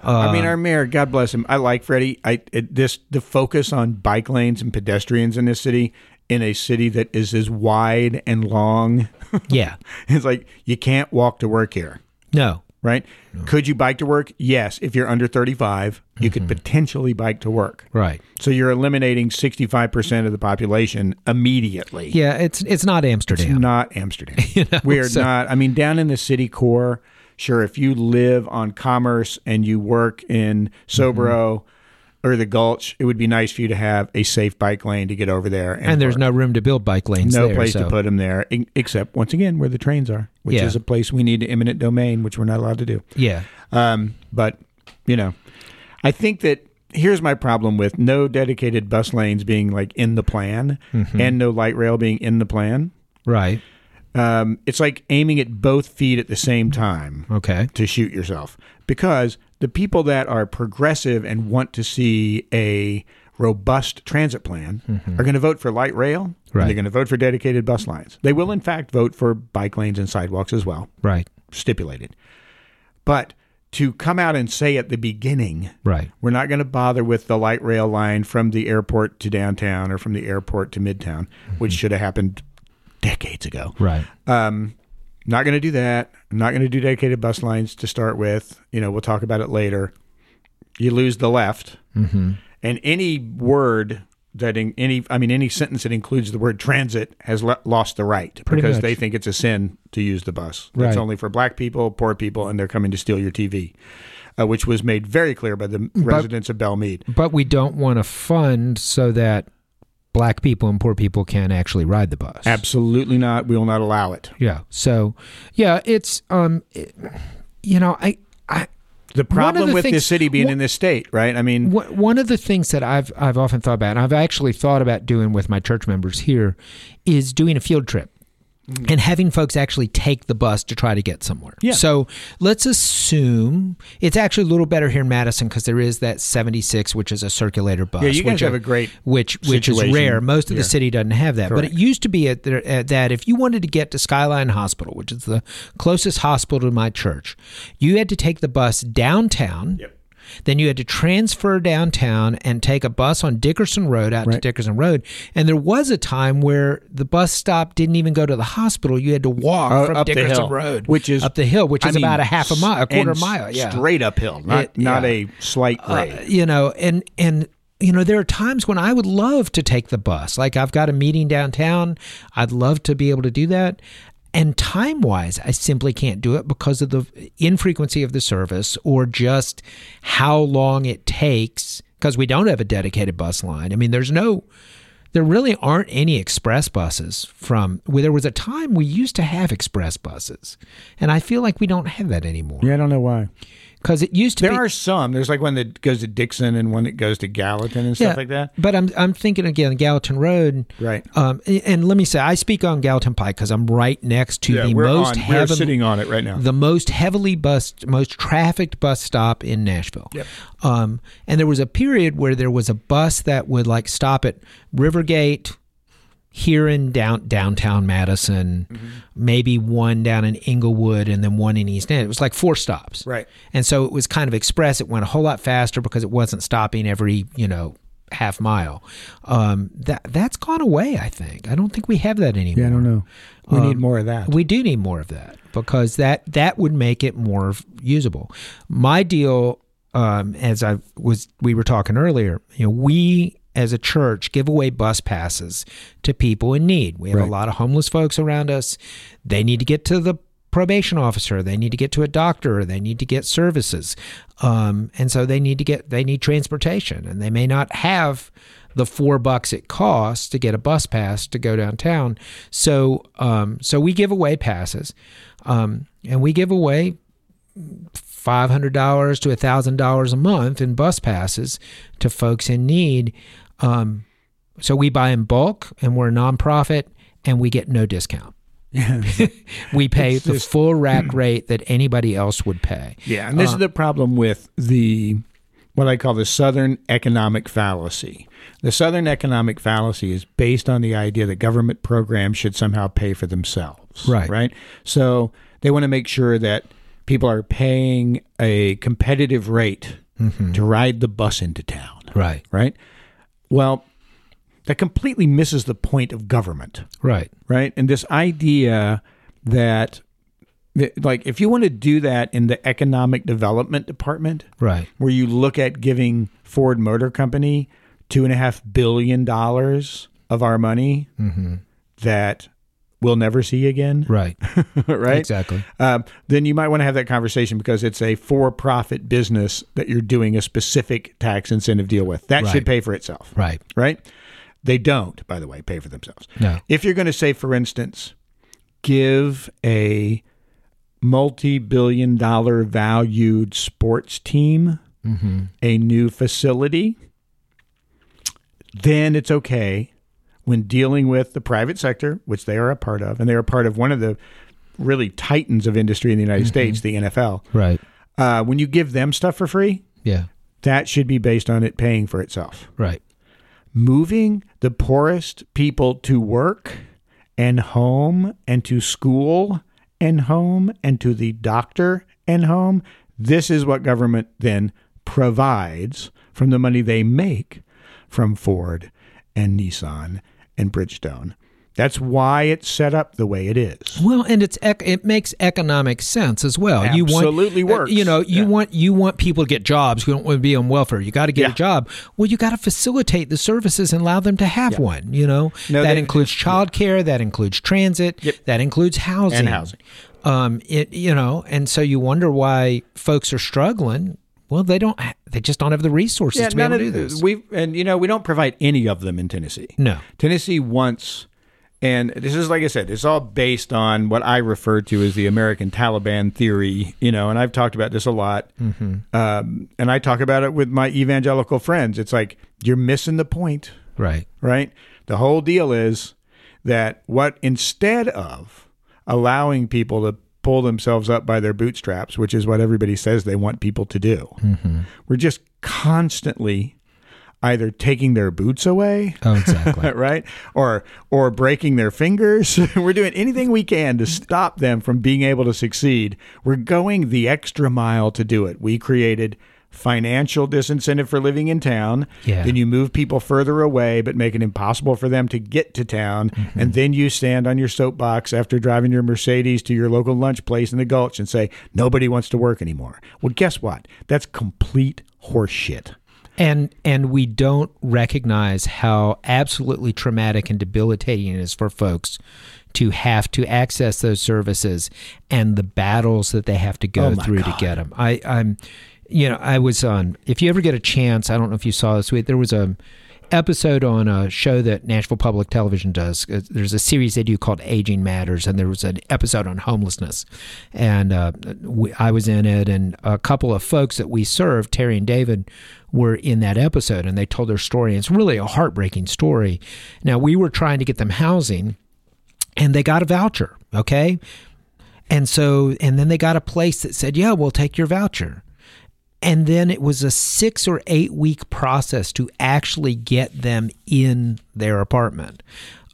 Speaker 1: Uh,
Speaker 2: I mean, our mayor, God bless him. I like Freddie. I it, this the focus on bike lanes and pedestrians in this city, in a city that is as wide and long.
Speaker 1: Yeah.
Speaker 2: it's like you can't walk to work here.
Speaker 1: No.
Speaker 2: right? Could you bike to work? Yes. If you're under 35, you
Speaker 1: Mm-hmm.
Speaker 2: could potentially bike to work.
Speaker 1: Right.
Speaker 2: So you're eliminating 65% of the population immediately.
Speaker 1: Yeah, it's it's not Amsterdam.
Speaker 2: Not Amsterdam. we are not. I mean, down in the city core, sure, if you live on commerce and you work in Sobro
Speaker 1: Mm-hmm.
Speaker 2: or the Gulch, it would be nice for you to have a safe bike lane to get over there.
Speaker 1: And there's
Speaker 2: park.
Speaker 1: no room to build bike lanes
Speaker 2: no
Speaker 1: there.
Speaker 2: place
Speaker 1: so.
Speaker 2: to put them there, e- except once again where the trains are, which
Speaker 1: Yeah.
Speaker 2: is a place we need eminent domain, which we're not allowed to do.
Speaker 1: Yeah.
Speaker 2: Um, but you know, I think that here's my problem with no dedicated bus lanes being like in the plan, and no light rail being in the plan.
Speaker 1: Right.
Speaker 2: Um, it's like aiming at both feet at the same time
Speaker 1: Okay.
Speaker 2: to shoot yourself because the people that are progressive and want to see a robust transit plan are going to vote for light rail.
Speaker 1: Right.
Speaker 2: They're going to vote for dedicated bus lines. They will, in fact, vote for bike lanes and sidewalks as well,
Speaker 1: Right.
Speaker 2: stipulated. But to come out and say at the beginning,
Speaker 1: Right.
Speaker 2: we're not going to bother with the light rail line from the airport to downtown or from the airport to midtown, which should have happened decades ago.
Speaker 1: Right.
Speaker 2: Um, not going to do that. I'm not going to do dedicated bus lines to start with. You know, we'll talk about it later. You lose the left, mm-hmm. and any word that in any, I mean, any sentence that includes the word transit has lo- lost the right because
Speaker 1: much.
Speaker 2: they think it's a sin to use the bus. It's
Speaker 1: Right.
Speaker 2: only for black people, poor people, and they're coming to steal your TV, uh, which was made very clear by the residents of Belmead.
Speaker 1: But we don't want to fund so that black people and poor people can actually ride the bus.
Speaker 2: Absolutely not. We will not allow it.
Speaker 1: Yeah. So, yeah, it's um, it- you know, I I
Speaker 2: The problem
Speaker 1: the
Speaker 2: with
Speaker 1: things-
Speaker 2: this city being
Speaker 1: one-
Speaker 2: in this state, right? I mean,
Speaker 1: Wh- One of the things that I've I've often thought about, and I've actually thought about doing with my church members here, is doing a field trip. And having folks actually take the bus to try to get somewhere.
Speaker 2: Mm-hmm. Yeah.
Speaker 1: So let's assume it's actually a little better here in Madison because there is that 76, which is a circulator bus.
Speaker 2: Yeah, you guys
Speaker 1: which uh,
Speaker 2: have
Speaker 1: are-
Speaker 2: a great
Speaker 1: which which is
Speaker 2: situation
Speaker 1: rare. Most of
Speaker 2: here.
Speaker 1: the city doesn't have that, but it used to be at, there, at that if you wanted to get to Skyline Hospital, which is the closest hospital to my church, you had to take the bus downtown.
Speaker 2: Yep.
Speaker 1: Then you had to transfer downtown and take a bus on Dickerson Road out to Dickerson Road. And there was a time where the bus stop didn't even go to the hospital. You had to walk
Speaker 2: Uh,
Speaker 1: from
Speaker 2: up the
Speaker 1: Dickerson
Speaker 2: hill,
Speaker 1: Road,
Speaker 2: which is-
Speaker 1: up the hill, which
Speaker 2: I
Speaker 1: is
Speaker 2: mean,
Speaker 1: about a half a mile, a quarter
Speaker 2: and
Speaker 1: mile, yeah,
Speaker 2: straight uphill, not
Speaker 1: It-
Speaker 2: not
Speaker 1: yeah.
Speaker 2: a slight grade.
Speaker 1: uh, you know and and you know there are times when i would love to take the bus like i've got a meeting downtown i'd love to be able to do that and time wise i simply can't do it because of the infrequency of the service or just how long it takes because we don't have a dedicated bus line i mean there's no there really aren't any express buses from where there was a time we used to have express buses and i feel like we don't have that anymore
Speaker 2: I don't know why.
Speaker 1: because it used to
Speaker 2: There
Speaker 1: be
Speaker 2: are some. There's like one that goes to Dixon and one that goes to Gallatin and stuff like that.
Speaker 1: But I'm I'm thinking again, Gallatin Road.
Speaker 2: Right.
Speaker 1: Um, and, and let me say, I speak on Gallatin Pike because I'm right next to the
Speaker 2: we're
Speaker 1: most
Speaker 2: on. We're
Speaker 1: heavily
Speaker 2: sitting on it right now.
Speaker 1: the most heavily bus, most trafficked bus stop in Nashville.
Speaker 2: Yep.
Speaker 1: Um, and there was a period where there was a bus that would like stop at Rivergate. Here in down, downtown Madison,
Speaker 2: Mm-hmm.
Speaker 1: maybe one down in Inglewood and then one in East End. It was like four stops.
Speaker 2: Right.
Speaker 1: And so it was kind of express. It went a whole lot faster because it wasn't stopping every, you know, half mile. Um, that that's gone away, I think. I don't think we have that anymore.
Speaker 2: know. Um, We need more of that.
Speaker 1: We do need more of that because that that would make it more f- usable. My deal, um, as I was, we were talking earlier. You know, we as a church give away bus passes to people in need. We have a lot of homeless folks around us. They need to get to the probation officer. They need to get to a doctor. They need to get services, um, and so they need to get they need transportation, and they may not have the four bucks it costs to get a bus pass to go downtown. So um, so we give away passes, um, and we give away five hundred dollars to thousand dollars a month in bus passes to folks in need. Um, so we buy in bulk, and we're a nonprofit, and we get no discount. we pay the full rack rate that anybody else would pay.
Speaker 2: yeah, and this is the problem with the what I call the Southern economic fallacy. The Southern economic fallacy is based on the idea that government programs should somehow pay for themselves.
Speaker 1: Right.
Speaker 2: Right. So they want to make sure that people are paying a competitive rate to ride the bus into town.
Speaker 1: Right.
Speaker 2: right? Well, that completely misses the point of government,
Speaker 1: Right.
Speaker 2: right? And this idea that, that, like, if you want to do that in the economic development department,
Speaker 1: Right.
Speaker 2: where you look at giving Ford Motor Company two and a half billion dollars of our money that we'll never see again,
Speaker 1: Right.
Speaker 2: right?
Speaker 1: Exactly.
Speaker 2: Um, then you might want to have that conversation because it's a for-profit business that you're doing a specific tax incentive deal with. That
Speaker 1: Right.
Speaker 2: should pay for itself,
Speaker 1: Right.
Speaker 2: right? They don't, by the way, pay for themselves.
Speaker 1: No.
Speaker 2: If you're going to say, for instance, give a multi billion dollar valued sports team a new facility, then it's okay when dealing with the private sector, which they are a part of, and they are part of one of the really titans of industry in the United States, the NFL.
Speaker 1: Right.
Speaker 2: Uh, when you give them stuff for free,
Speaker 1: Yeah.
Speaker 2: that should be based on it paying for itself
Speaker 1: Right.
Speaker 2: moving the poorest people to work and home and to school and home and to the doctor and home. This is what government then provides from the money they make from Ford and Nissan and Bridgestone. That's why it's set up the way it is.
Speaker 1: Well, and it's ec- it makes economic sense as well.
Speaker 2: Absolutely
Speaker 1: you want, uh,
Speaker 2: works.
Speaker 1: You know, you
Speaker 2: Yeah.
Speaker 1: want you want people to get jobs. We don't want to be on welfare. You got to get a
Speaker 2: Yeah.
Speaker 1: job. Well, you got to facilitate the services and allow them to have one. You know,
Speaker 2: No,
Speaker 1: that
Speaker 2: they-
Speaker 1: includes childcare. That includes transit. That includes housing.
Speaker 2: And housing.
Speaker 1: Um, it you know, and so you wonder why folks are struggling. Well, they don't. ha- They just don't have the resources to be able to do this.
Speaker 2: we and you know we don't provide any of them in Tennessee.
Speaker 1: no.
Speaker 2: Tennessee wants, and this is like I said, it's all based on what I refer to as the American Taliban theory, you know, and I've talked about this a lot. Um, and I talk about it with my evangelical friends. It's like, you're missing the point,
Speaker 1: Right.
Speaker 2: right? The whole deal is that what instead of allowing people to pull themselves up by their bootstraps, which is what everybody says they want people to do, we're just constantly either taking their boots away
Speaker 1: Oh, exactly.
Speaker 2: right or or breaking their fingers we're doing anything we can to stop them from being able to succeed we're going the extra mile to do it we created financial disincentive for living in town
Speaker 1: Yeah.
Speaker 2: then you move people further away but make it impossible for them to get to town
Speaker 1: Mm-hmm.
Speaker 2: and then you stand on your soapbox after driving your mercedes to your local lunch place in the gulch and say nobody wants to work anymore well guess what that's complete horseshit
Speaker 1: and and we don't recognize how absolutely traumatic and debilitating it is for folks to have to access those services and the battles that they have to go
Speaker 2: Oh my
Speaker 1: through
Speaker 2: God.
Speaker 1: to get them. I, I'm, you know, I was on. If you ever get a chance, I don't know if you saw this week. There was a episode on a show that Nashville Public Television does. Uh, There's a series they do called Aging Matters, and there was an episode on homelessness, and uh, we, I was in it, and a couple of folks that we served, Terry and David, were in that episode, and they told their story. And it's really a heartbreaking story. Now we were trying to get them housing, and they got a voucher. Okay, and so, and then they got a place that said, yeah, we'll take your voucher. And then it was a six or eight week process to actually get them in their apartment.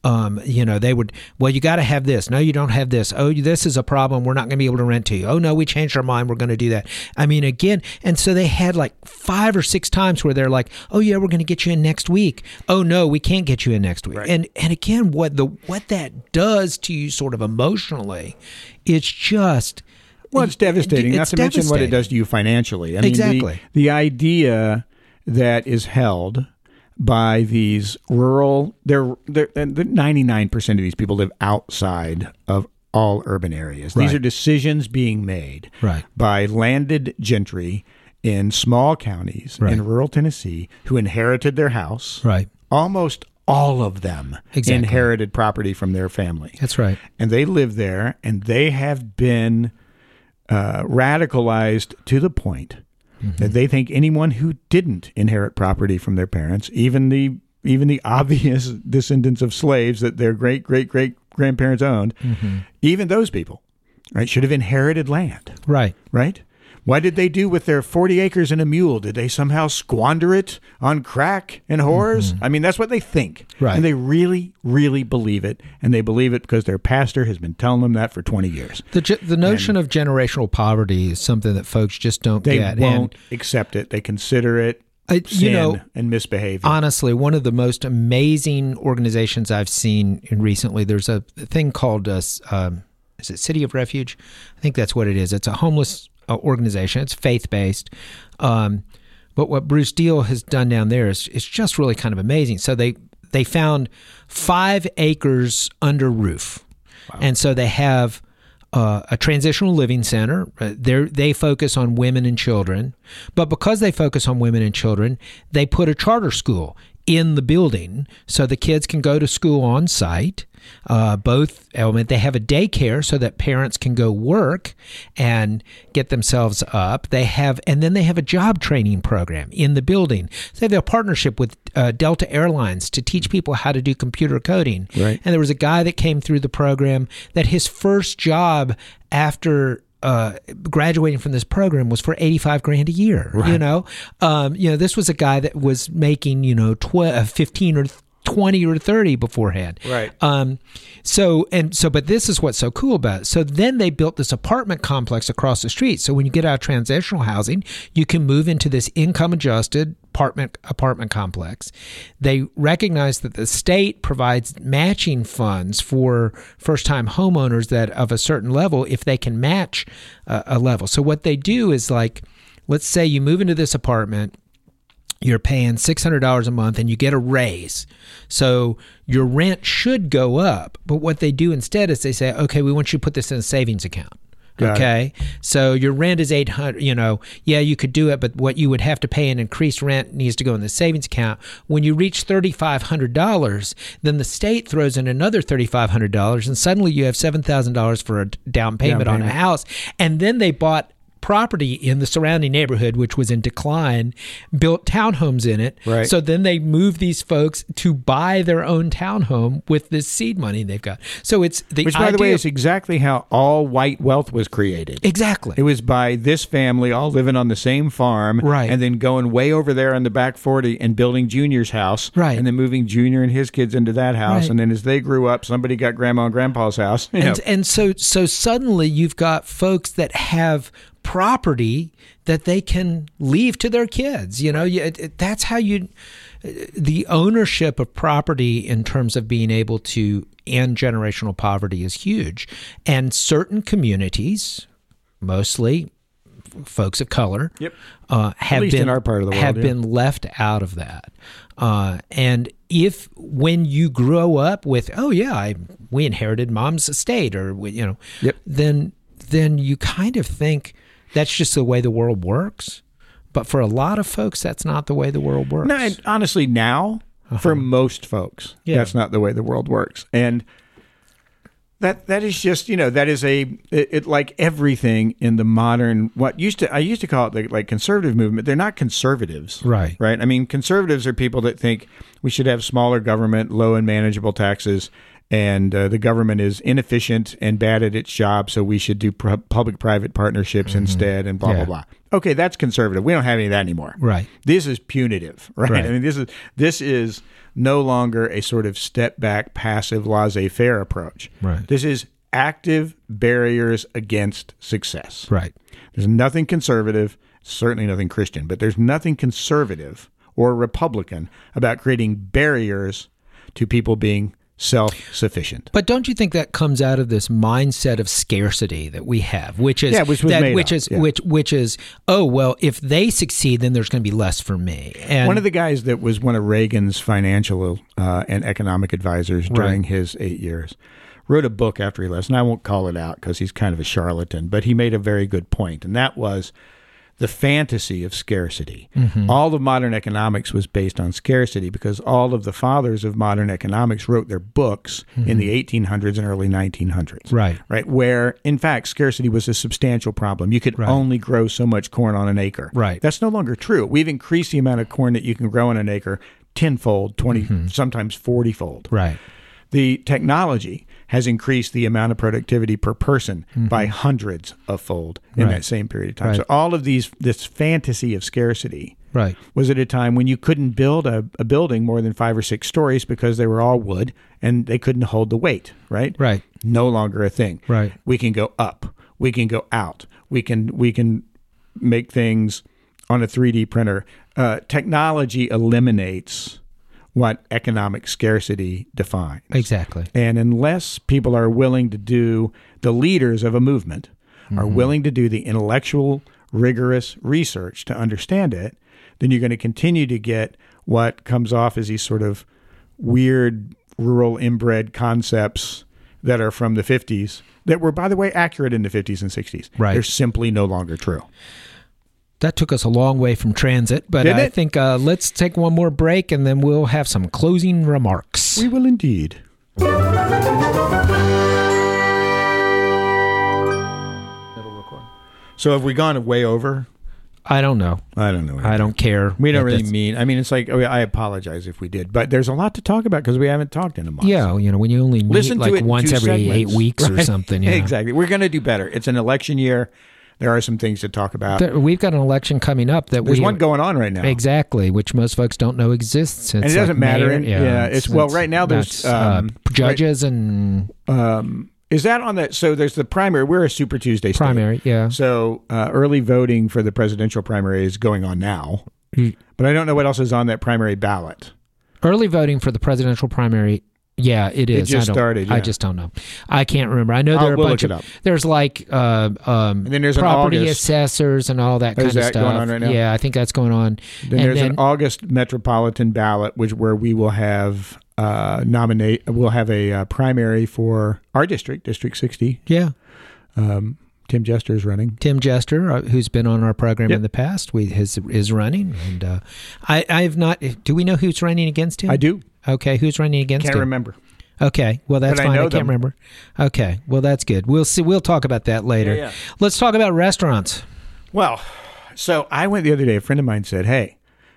Speaker 1: Um, you know, they would, well, you got to have this. No, you don't have this. Oh, this is a problem. We're not going to be able to rent to you. Oh, no, we changed our mind. We're going to do that. I mean, again, and so they had like five or six times where they're like, oh, yeah, we're going to get you in next week. Oh, no, we can't get you in next week. And, and again, what the, what that does to you sort of emotionally, it's just,
Speaker 2: Well, it's devastating.
Speaker 1: it's
Speaker 2: not to mention what it
Speaker 1: devastating.
Speaker 2: does to you financially. I mean, the-
Speaker 1: Exactly.
Speaker 2: The, idea that is held by these rural, they're, they're, and the 99% of these people live outside of all urban areas. These
Speaker 1: Right.
Speaker 2: are decisions being made
Speaker 1: Right.
Speaker 2: by landed gentry in small counties
Speaker 1: Right.
Speaker 2: in rural Tennessee who inherited their house.
Speaker 1: Right.
Speaker 2: Almost all of them
Speaker 1: Exactly.
Speaker 2: inherited property from their family
Speaker 1: That's right.
Speaker 2: and they live there and they have been uh, radicalized to the point that they think anyone who didn't inherit property from their parents, even the even the obvious descendants of slaves that their great great great grandparents owned, even those people, right, should have inherited land,
Speaker 1: Right.
Speaker 2: right? Why did they do with their 40 acres and a mule? Did they somehow squander it on crack and whores? I mean, that's what they think.
Speaker 1: Mm-hmm. Right.
Speaker 2: And they really, really believe it. And they believe it because their pastor has been telling them that for 20 years.
Speaker 1: The, ge- the notion of generational poverty is something that folks just don't
Speaker 2: They
Speaker 1: get.
Speaker 2: won't accept it. They consider it
Speaker 1: And, I,
Speaker 2: sin
Speaker 1: you know,
Speaker 2: and misbehavior.
Speaker 1: honestly, one of the most amazing organizations I've seen in recently, there's a thing called, uh, s- um, is it City of Refuge? I think that's what it is. It's a homeless uh, organization, it's faith based. Um, but what Bruce Deal has done down there is, is just really kind of amazing. So they, they found five acres under roof. And so they have uh, a transitional living center. They they focus on women and children, but because they focus on women and children, they put a charter school in the building so the kids can go to school on site. Uh, both element they have a daycare so that parents can go work and get themselves up. They have and then they have a job training program in the building. So they have a partnership with uh, Delta Airlines to teach people how to do computer coding.
Speaker 2: Right.
Speaker 1: And there was a guy that came through the program that his first job after uh, graduating from this program was for 85 grand a year. You know, um, you know, this was a guy that was making, you know, tw- uh, 15 or 20 or 30 beforehand.
Speaker 2: Right.
Speaker 1: Um, so, and so, but this is what's so cool about it. So then they built this apartment complex across the street. So when you get out of transitional housing, you can move into this income adjusted apartment apartment complex. They recognize that the state provides matching funds for first time homeowners that of a certain level if they can match uh, a level. So what they do is like, let's say you move into this apartment you're paying $600 a month and you get a raise. So your rent should go up. But what they do instead is they say, okay, we want you to put this in a savings account.
Speaker 2: Got it.
Speaker 1: okay. So your rent is 800, you know, yeah, you could do it, but what you would have to pay in increased rent needs to go in the savings account. When you reach $3,500, then the state throws in another $3,500 and suddenly you have $7,000 for a down payment on a
Speaker 2: payment.
Speaker 1: house. And then they bought property in the surrounding neighborhood, which was in decline, built townhomes in it.
Speaker 2: Right.
Speaker 1: So then they move these folks to buy their own townhome with this seed money they've got. So it's the
Speaker 2: Which, by the way,
Speaker 1: idea-
Speaker 2: is exactly how all white wealth was created.
Speaker 1: exactly
Speaker 2: It was by this family all living on the same farm,
Speaker 1: Right.
Speaker 2: And then going way over there on the back forty and building Junior's house,
Speaker 1: Right.
Speaker 2: And then moving Junior and his kids into that house,
Speaker 1: Right.
Speaker 2: and then as they grew up, somebody got Grandma and Grandpa's house. You know.
Speaker 1: and, and so so suddenly you've got folks that have property that they can leave to their kids you know you, it- it- that's how you the ownership of property in terms of being able to end generational poverty is huge and certain communities mostly f- folks of color
Speaker 2: Yep.
Speaker 1: uh, have
Speaker 2: least
Speaker 1: been
Speaker 2: in our part of the world,
Speaker 1: have
Speaker 2: yeah.
Speaker 1: been left out of that. Uh, and if when you grow up with, oh yeah, I we inherited mom's estate, or we, you know,
Speaker 2: Yep.
Speaker 1: then then you kind of think that's just the way the world works. But for a lot of folks, that's not the way the world works.
Speaker 2: No, and honestly, now for most folks,
Speaker 1: Uh-huh. Yeah.
Speaker 2: that's not the way the world works, and that that is just you know that is a it, it like everything in the modern what used to I used to call it the like conservative movement. They're not conservatives,
Speaker 1: Right.
Speaker 2: Right. I mean, conservatives are people that think we should have smaller government, low and manageable taxes. And uh, the government is inefficient and bad at its job, so we should do pr- public-private partnerships instead, and blah
Speaker 1: Mm-hmm. Yeah.
Speaker 2: blah blah. Okay, that's conservative. We don't have any of that anymore
Speaker 1: Right.
Speaker 2: this is punitive right?
Speaker 1: Right.
Speaker 2: i mean this is this is no longer a sort of step back passive laissez-faire approach
Speaker 1: Right.
Speaker 2: this is active barriers against success
Speaker 1: Right.
Speaker 2: there's nothing conservative certainly nothing christian but there's nothing conservative or republican about creating barriers to people being self-sufficient
Speaker 1: But don't you think that comes out of this mindset of scarcity that we have, which is
Speaker 2: Yeah, which was
Speaker 1: that,
Speaker 2: made
Speaker 1: which
Speaker 2: up,
Speaker 1: is
Speaker 2: yeah.
Speaker 1: which which is oh well, if they succeed, then there's going to be less for me. And
Speaker 2: one of the guys that was one of Reagan's financial uh, and economic advisors during
Speaker 1: Right.
Speaker 2: his eight years wrote a book after he left, and I won't call it out because he's kind of a charlatan, but he made a very good point, and that was the fantasy of scarcity.
Speaker 1: Mm-hmm.
Speaker 2: All of modern economics was based on scarcity because all of the fathers of modern economics wrote their books in
Speaker 1: Mm-hmm.
Speaker 2: the 1800s and early 1900s
Speaker 1: right.
Speaker 2: right? Where, in fact, scarcity was a substantial problem. You could only grow so much corn on an acre.
Speaker 1: Right.
Speaker 2: That's no longer true. We've increased the amount of corn that you can grow on an acre tenfold, 20, sometimes 40 fold.
Speaker 1: Mm-hmm. Right.
Speaker 2: The technology has increased the amount of productivity per person by hundreds of fold in
Speaker 1: Mm-hmm. Right.
Speaker 2: that same period of time.
Speaker 1: Right.
Speaker 2: So, all of these, this fantasy of scarcity.
Speaker 1: Right.
Speaker 2: Was at a time when you couldn't build a, a building more than five or six stories because they were all wood and they couldn't hold the weight, right?
Speaker 1: Right.
Speaker 2: no longer a thing.
Speaker 1: Right.
Speaker 2: We can go up. We can go out. We can we can make things on a 3D printer. Uh, technology eliminates what economic scarcity defines.
Speaker 1: Exactly.
Speaker 2: And unless people are willing to do, the leaders of a movement are willing to do the intellectual, rigorous research to understand it, then you're going to continue to get what comes off as these sort of weird rural inbred concepts that are from the 50s that were, by the way, accurate in the 50s and 60s.
Speaker 1: Right.
Speaker 2: They're simply no longer true.
Speaker 1: That took us a long way from transit, but
Speaker 2: Didn't
Speaker 1: I
Speaker 2: it?
Speaker 1: think uh, let's take one more break and then we'll have some closing remarks.
Speaker 2: We will indeed. So have we gone way over?
Speaker 1: I don't know.
Speaker 2: I don't know.
Speaker 1: I don't care.
Speaker 2: we don't
Speaker 1: at
Speaker 2: really
Speaker 1: this-
Speaker 2: mean. I mean, it's like oh, yeah, I apologize if we did, but there's a lot to talk about because we haven't talked in a month.
Speaker 1: Yeah, you know, when you only meet
Speaker 2: listen
Speaker 1: like
Speaker 2: to it in
Speaker 1: once
Speaker 2: two
Speaker 1: every eight
Speaker 2: segments.
Speaker 1: weeks or
Speaker 2: Right.
Speaker 1: something. Yeah.
Speaker 2: exactly. We're going to do better. It's an election year. There are some things to talk about.
Speaker 1: There- we've got an election coming up that
Speaker 2: There's
Speaker 1: we
Speaker 2: one going on right now.
Speaker 1: exactly, which most folks don't know exists. It's
Speaker 2: And it doesn't
Speaker 1: like
Speaker 2: matter.
Speaker 1: mayor-
Speaker 2: And- yeah, it's- well, right now there's,
Speaker 1: that's, uh,
Speaker 2: um,
Speaker 1: judges and
Speaker 2: Um, is that on that? So there's the primary. We're a Super Tuesday state.
Speaker 1: primary. Yeah,
Speaker 2: So uh, early voting for the presidential primary is going on now,
Speaker 1: Mm.
Speaker 2: but I don't know what else is on that primary ballot.
Speaker 1: early voting for the presidential primary. Yeah, it is. I
Speaker 2: just
Speaker 1: don't,
Speaker 2: started,
Speaker 1: I
Speaker 2: yeah.
Speaker 1: just don't know. I can't remember. I know
Speaker 2: I'll-
Speaker 1: there are a
Speaker 2: we'll
Speaker 1: bunch
Speaker 2: look
Speaker 1: of
Speaker 2: it up.
Speaker 1: there's like uh, um,
Speaker 2: And then there's an
Speaker 1: property
Speaker 2: August.
Speaker 1: assessors and all that
Speaker 2: Is
Speaker 1: kind of
Speaker 2: that
Speaker 1: stuff.
Speaker 2: going on right now?
Speaker 1: Yeah, I think that's going on.
Speaker 2: Then
Speaker 1: and
Speaker 2: there's
Speaker 1: then
Speaker 2: an August metropolitan ballot, which where we will have uh, nominate. We'll have a uh, primary for our district, District 60.
Speaker 1: yeah,
Speaker 2: Um, Tim Jester is running.
Speaker 1: Tim Jester, uh, who's been on our program
Speaker 2: Yep.
Speaker 1: in the past, we his is running, and uh, I I have not. Do we know who's running against him?
Speaker 2: I do.
Speaker 1: Okay, who's running against
Speaker 2: Can't
Speaker 1: him?
Speaker 2: remember.
Speaker 1: Okay, well that's
Speaker 2: But I
Speaker 1: fine. I,
Speaker 2: know
Speaker 1: can't
Speaker 2: them.
Speaker 1: remember. Okay, well that's good. We'll see. We'll talk about that later.
Speaker 2: yeah.
Speaker 1: Let's talk about restaurants.
Speaker 2: Well, so I went the other day. A friend of mine said, "Hey,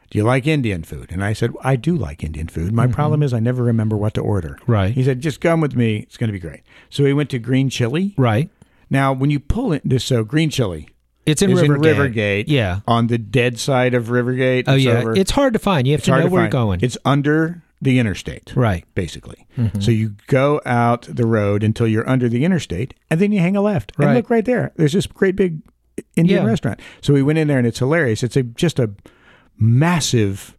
Speaker 2: do you like Indian food?" And I said, "I do like Indian food. My problem is I never remember what to order."
Speaker 1: Mm-hmm. Right.
Speaker 2: He said, "Just come with me. It's going to be great." So we went to Green Chili.
Speaker 1: Right.
Speaker 2: Now, when you pull it, this so Green Chili
Speaker 1: It's in
Speaker 2: is
Speaker 1: Rivergate.
Speaker 2: in Rivergate.
Speaker 1: Yeah.
Speaker 2: on the dead side of Rivergate.
Speaker 1: Oh yeah.
Speaker 2: over-
Speaker 1: It's hard to find. You have
Speaker 2: it's
Speaker 1: to
Speaker 2: hard
Speaker 1: know
Speaker 2: to
Speaker 1: where
Speaker 2: find.
Speaker 1: you're going.
Speaker 2: It's under the interstate,
Speaker 1: right. Mm-hmm.
Speaker 2: basically. So you go out the road until you're under the interstate, and then you hang a left
Speaker 1: Right.
Speaker 2: and look right there. There's this great big Indian
Speaker 1: Yeah.
Speaker 2: restaurant. So we went in there, and it's hilarious. It's a just a massive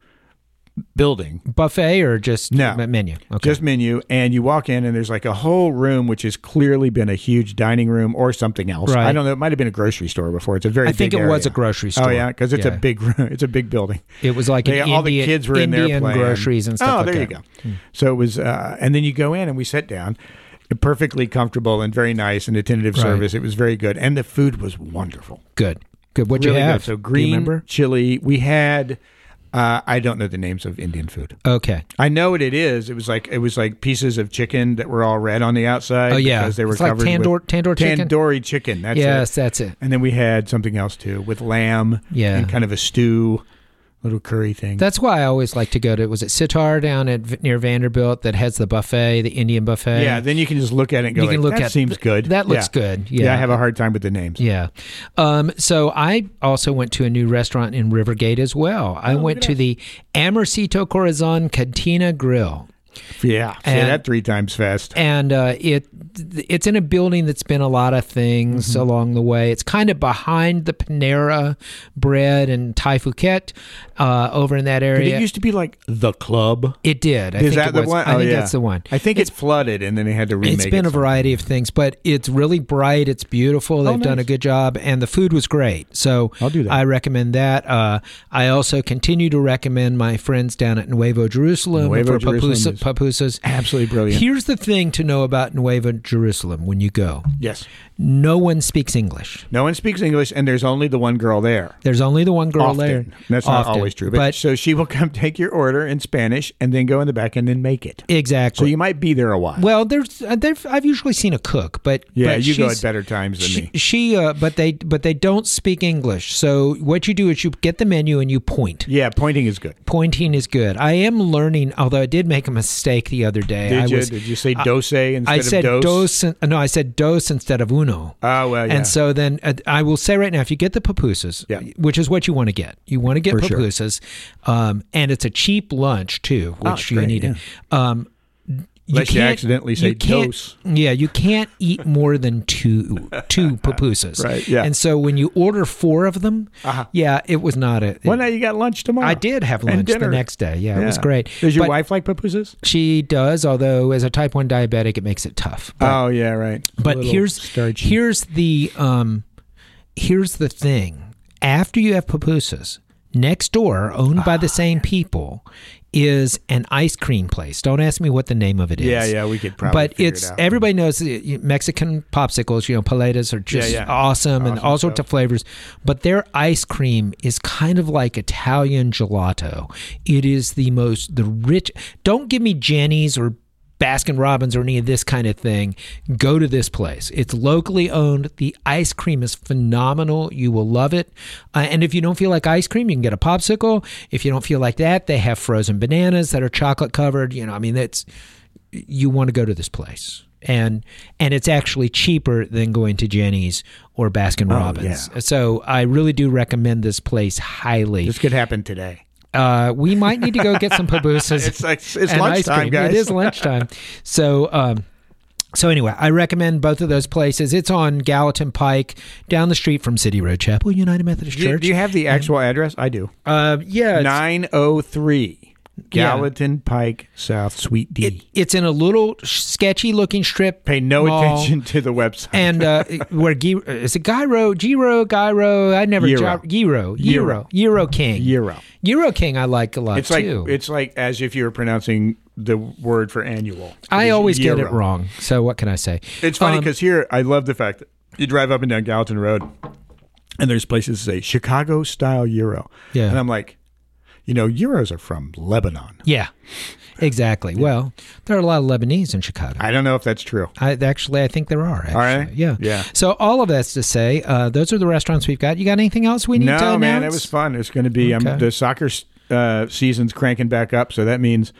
Speaker 2: building
Speaker 1: Buffet or just
Speaker 2: No.
Speaker 1: m- menu. Okay.
Speaker 2: just menu and you walk in and there's like a whole room which has clearly been a huge dining room or something else
Speaker 1: Right.
Speaker 2: i don't know it might have been a grocery store before it's a very
Speaker 1: I think
Speaker 2: big
Speaker 1: it was
Speaker 2: area.
Speaker 1: a grocery store.
Speaker 2: oh yeah because it's
Speaker 1: Yeah.
Speaker 2: a big room it's a big building
Speaker 1: It was like
Speaker 2: They-
Speaker 1: an
Speaker 2: all
Speaker 1: Indian,
Speaker 2: the kids were in there
Speaker 1: Indian
Speaker 2: playing.
Speaker 1: groceries and stuff.
Speaker 2: Oh,
Speaker 1: like
Speaker 2: there you
Speaker 1: that. Hmm.
Speaker 2: go. So it was, uh, and then you go in and we sat down, perfectly comfortable and very nice and attentive
Speaker 1: Right.
Speaker 2: service. It was very good, and the food was wonderful.
Speaker 1: Good. Good. What'd
Speaker 2: Really
Speaker 1: you
Speaker 2: good.
Speaker 1: have?
Speaker 2: So
Speaker 1: Do you
Speaker 2: green
Speaker 1: remember?
Speaker 2: chili. We had, uh, I don't know the names of Indian food.
Speaker 1: Okay.
Speaker 2: I know what it is. It was like it was like pieces of chicken that were all red on the outside.
Speaker 1: Oh, yeah.
Speaker 2: because they were
Speaker 1: It's like
Speaker 2: covered
Speaker 1: tandoor-
Speaker 2: with
Speaker 1: tandoor chicken?
Speaker 2: Tandoori chicken. That's
Speaker 1: yes,
Speaker 2: it.
Speaker 1: that's it.
Speaker 2: And then we had something else too with lamb.
Speaker 1: Yeah.
Speaker 2: and kind of a stew, little curry thing.
Speaker 1: That's why I always like to go to. Was it Sitar down at near Vanderbilt that has the buffet, the Indian buffet?
Speaker 2: Yeah, then you can just look at it and go,
Speaker 1: you can
Speaker 2: like,
Speaker 1: look
Speaker 2: that
Speaker 1: at
Speaker 2: seems
Speaker 1: th-
Speaker 2: good.
Speaker 1: That looks
Speaker 2: Yeah.
Speaker 1: good. Yeah.
Speaker 2: Yeah. I have a hard time with the names.
Speaker 1: Yeah. Um, so I also went to a new restaurant in Rivergate as well.
Speaker 2: Oh,
Speaker 1: I went to the Amercito Corazon Cantina Grill.
Speaker 2: Yeah. Say
Speaker 1: And-
Speaker 2: that three times fast.
Speaker 1: And uh, it it's in a building that's been a lot of things
Speaker 2: Mm-hmm.
Speaker 1: along the way. It's kind of behind the Panera Bread and Thai Phuket uh, over in that
Speaker 2: But
Speaker 1: area.
Speaker 2: it used to be like the club.
Speaker 1: It did. I
Speaker 2: Is
Speaker 1: think
Speaker 2: that
Speaker 1: it
Speaker 2: the
Speaker 1: was.
Speaker 2: one?
Speaker 1: I
Speaker 2: Oh,
Speaker 1: think
Speaker 2: yeah.
Speaker 1: that's the one.
Speaker 2: I think it's, flooded and then they had to remake
Speaker 1: It's been a
Speaker 2: it. Oh,
Speaker 1: variety of things, but it's really bright. It's beautiful. They've done a
Speaker 2: nice.
Speaker 1: good job, and the food was great. So
Speaker 2: I'll do that.
Speaker 1: I recommend that. Uh, I also continue to recommend my friends down at Nuevo Jerusalem
Speaker 2: Nuevo
Speaker 1: for papusa,
Speaker 2: Jerusalem is-
Speaker 1: papusas.
Speaker 2: Absolutely brilliant.
Speaker 1: Here's the thing to know about Nuevo Jerusalem when you go:
Speaker 2: yes.
Speaker 1: no one speaks English.
Speaker 2: No one speaks English and there's only the one girl there.
Speaker 1: There's only the one girl
Speaker 2: Often.
Speaker 1: there.
Speaker 2: That's not
Speaker 1: Often.
Speaker 2: always true. But, so she will come take your order in Spanish and then go in the back and then make it.
Speaker 1: exactly.
Speaker 2: So you might be there a while.
Speaker 1: Well, there's, uh, there's I've usually seen a cook, but
Speaker 2: yeah,
Speaker 1: but
Speaker 2: you go
Speaker 1: she's-
Speaker 2: at better times than
Speaker 1: she,
Speaker 2: me.
Speaker 1: she uh, but they but they don't speak English. So what you do is you get the menu and you point.
Speaker 2: Yeah, pointing is good.
Speaker 1: Pointing is good. I am learning, although I did make a mistake the other day.
Speaker 2: Did
Speaker 1: I
Speaker 2: you
Speaker 1: was
Speaker 2: did you say dose instead
Speaker 1: I said dos.
Speaker 2: of dose?
Speaker 1: and- no, I said dos instead of uno.
Speaker 2: Oh well yeah.
Speaker 1: And so then uh, I will say right now, if you get the pupusas,
Speaker 2: Yeah.
Speaker 1: which is what you want to get, you want to get
Speaker 2: For sure.
Speaker 1: pupusas, um, and it's a cheap lunch too, which
Speaker 2: Oh, it's
Speaker 1: you
Speaker 2: great,
Speaker 1: need.
Speaker 2: yeah.
Speaker 1: Um,
Speaker 2: Unless you
Speaker 1: can't-
Speaker 2: accidentally say
Speaker 1: can't-
Speaker 2: dose.
Speaker 1: Yeah, you can't eat more than two two pupusas.
Speaker 2: Right, yeah.
Speaker 1: And so when you order four of them, yeah, it was not a.
Speaker 2: Well, now you got lunch tomorrow.
Speaker 1: I did have
Speaker 2: And
Speaker 1: lunch the
Speaker 2: dinner.
Speaker 1: next day. Yeah, it was
Speaker 2: Yeah.
Speaker 1: great.
Speaker 2: Does your
Speaker 1: But
Speaker 2: wife like pupusas?
Speaker 1: She does, although as a type one diabetic, it makes it tough. But
Speaker 2: Oh yeah, right. It's a
Speaker 1: but
Speaker 2: little
Speaker 1: here's
Speaker 2: starchy.
Speaker 1: here's the um here's the thing after you have pupusas next door, owned by
Speaker 2: Ah,
Speaker 1: the same people, is an ice cream place. Don't ask me what the name of it is.
Speaker 2: Yeah, yeah, we could probably.
Speaker 1: but
Speaker 2: figure
Speaker 1: it's
Speaker 2: it out.
Speaker 1: everybody knows that, you- Mexican popsicles, you know, paletas are just
Speaker 2: yeah.
Speaker 1: awesome and
Speaker 2: Awesome
Speaker 1: all sorts
Speaker 2: stuff.
Speaker 1: of flavors. But their ice cream is kind of like Italian gelato. It is the most the rich. Don't give me Jenny's or Baskin Robbins or any of this kind of thing. Go to this place. It's locally owned. The ice cream is phenomenal. You will love it. Uh, and if you don't feel like ice cream, you can get a popsicle. If you don't feel like that, they have frozen bananas that are chocolate covered. You know, I mean, that's you want to go to this place and and it's actually cheaper than going to Jenny's or
Speaker 2: Oh,
Speaker 1: Baskin Robbins. So I really do recommend this place highly.
Speaker 2: This could happen today.
Speaker 1: Uh, we might need to go get some pabusas.
Speaker 2: It's like- it's
Speaker 1: and ice
Speaker 2: lunchtime,
Speaker 1: cream.
Speaker 2: guys.
Speaker 1: It is lunchtime. so um, so anyway, I recommend both of those places. It's on Gallatin Pike, down the street from City Road Chapel United Methodist
Speaker 2: Do you,
Speaker 1: Church.
Speaker 2: do you have the actual address? I do.
Speaker 1: uh, yeah, it's-
Speaker 2: Nine oh three
Speaker 1: Yeah.
Speaker 2: Gallatin Pike South, Suite D.
Speaker 1: it- it's in a little sketchy looking strip.
Speaker 2: Pay no
Speaker 1: mall.
Speaker 2: attention to the website.
Speaker 1: and uh, where Gi- is it Gyro, Giro, Gyro? I never
Speaker 2: Gyro.
Speaker 1: Gyro, Gyro,
Speaker 2: Gyro.
Speaker 1: Gyro King,
Speaker 2: Euro.
Speaker 1: Gyro King. I like a lot
Speaker 2: It's like
Speaker 1: too.
Speaker 2: it's like as if you were pronouncing the word for annual.
Speaker 1: I
Speaker 2: It is
Speaker 1: always get it
Speaker 2: Euro.
Speaker 1: wrong. So what can I say?
Speaker 2: It's funny
Speaker 1: Um,
Speaker 2: because here I love the fact that you drive up and down Gallatin Road, and there's places that say Chicago style Euro.
Speaker 1: Yeah.
Speaker 2: and I'm like, you know, Euros are from Lebanon.
Speaker 1: yeah, exactly. Well, there are a lot of Lebanese in Chicago.
Speaker 2: I don't know if that's true.
Speaker 1: I actually, I think there are. Actually.
Speaker 2: right.
Speaker 1: Yeah.
Speaker 2: Yeah.
Speaker 1: So all of that's to say, uh, those are the restaurants we've got. You got anything else we need to
Speaker 2: No,
Speaker 1: announce?
Speaker 2: man, it was fun. It's going to be
Speaker 1: Okay.
Speaker 2: um, the soccer uh, season's cranking back up, so that means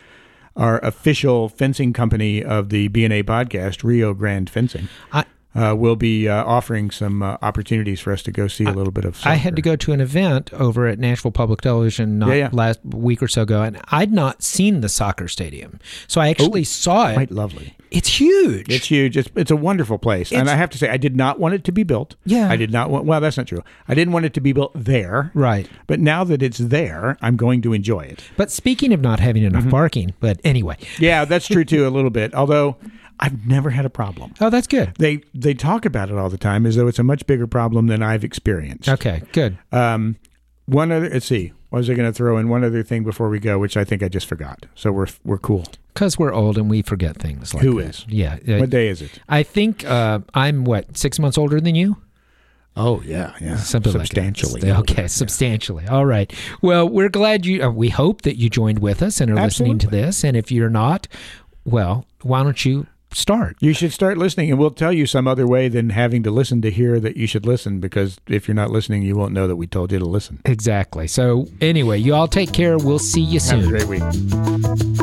Speaker 2: our official fencing company of the BNA podcast, Rio Grande Fencing.
Speaker 1: I-
Speaker 2: uh, will be uh, offering some uh, opportunities for us to go see a little bit of. Soccer.
Speaker 1: I had to go to an event over at Nashville Public Television not
Speaker 2: Yeah, yeah.
Speaker 1: last week or so ago, and I'd not seen the soccer stadium. So I actually saw it.
Speaker 2: Quite lovely.
Speaker 1: It's huge.
Speaker 2: It's huge. It's, it's a wonderful place. and
Speaker 1: It's-
Speaker 2: I have to say, I did not want it to be built.
Speaker 1: Yeah.
Speaker 2: I did not want, well, that's not true. I didn't want it to be built there.
Speaker 1: right.
Speaker 2: But now that it's there, I'm going to enjoy it.
Speaker 1: But speaking of not having
Speaker 2: Mm-hmm.
Speaker 1: enough parking, but anyway.
Speaker 2: Yeah, that's true too, a little bit. Although I've never had a problem.
Speaker 1: Oh, that's good.
Speaker 2: They they talk about it all the time as though it's a much bigger problem than I've experienced.
Speaker 1: Okay, good.
Speaker 2: Um, one other, let's see, what was I going to throw in? One other thing before we go, which I think I just forgot. So we're we're cool.
Speaker 1: Because we're old and we forget things like
Speaker 2: Who
Speaker 1: that.
Speaker 2: is?
Speaker 1: Yeah. uh,
Speaker 2: What day is it?
Speaker 1: I think uh, I'm, what, six months older than you?
Speaker 2: Oh yeah, yeah,
Speaker 1: Something like that.
Speaker 2: substantially.
Speaker 1: okay, substantially. All right. Well, we're glad you, uh, we hope that you joined with us and are listening to this. And if you're not, well, why don't you start?
Speaker 2: You should start listening, and we'll tell you some other way than having to listen to hear that you should listen. Because if you're not listening, you won't know that we told you to listen.
Speaker 1: Exactly. So, anyway, you all take care. We'll see you soon.
Speaker 2: Have a great week.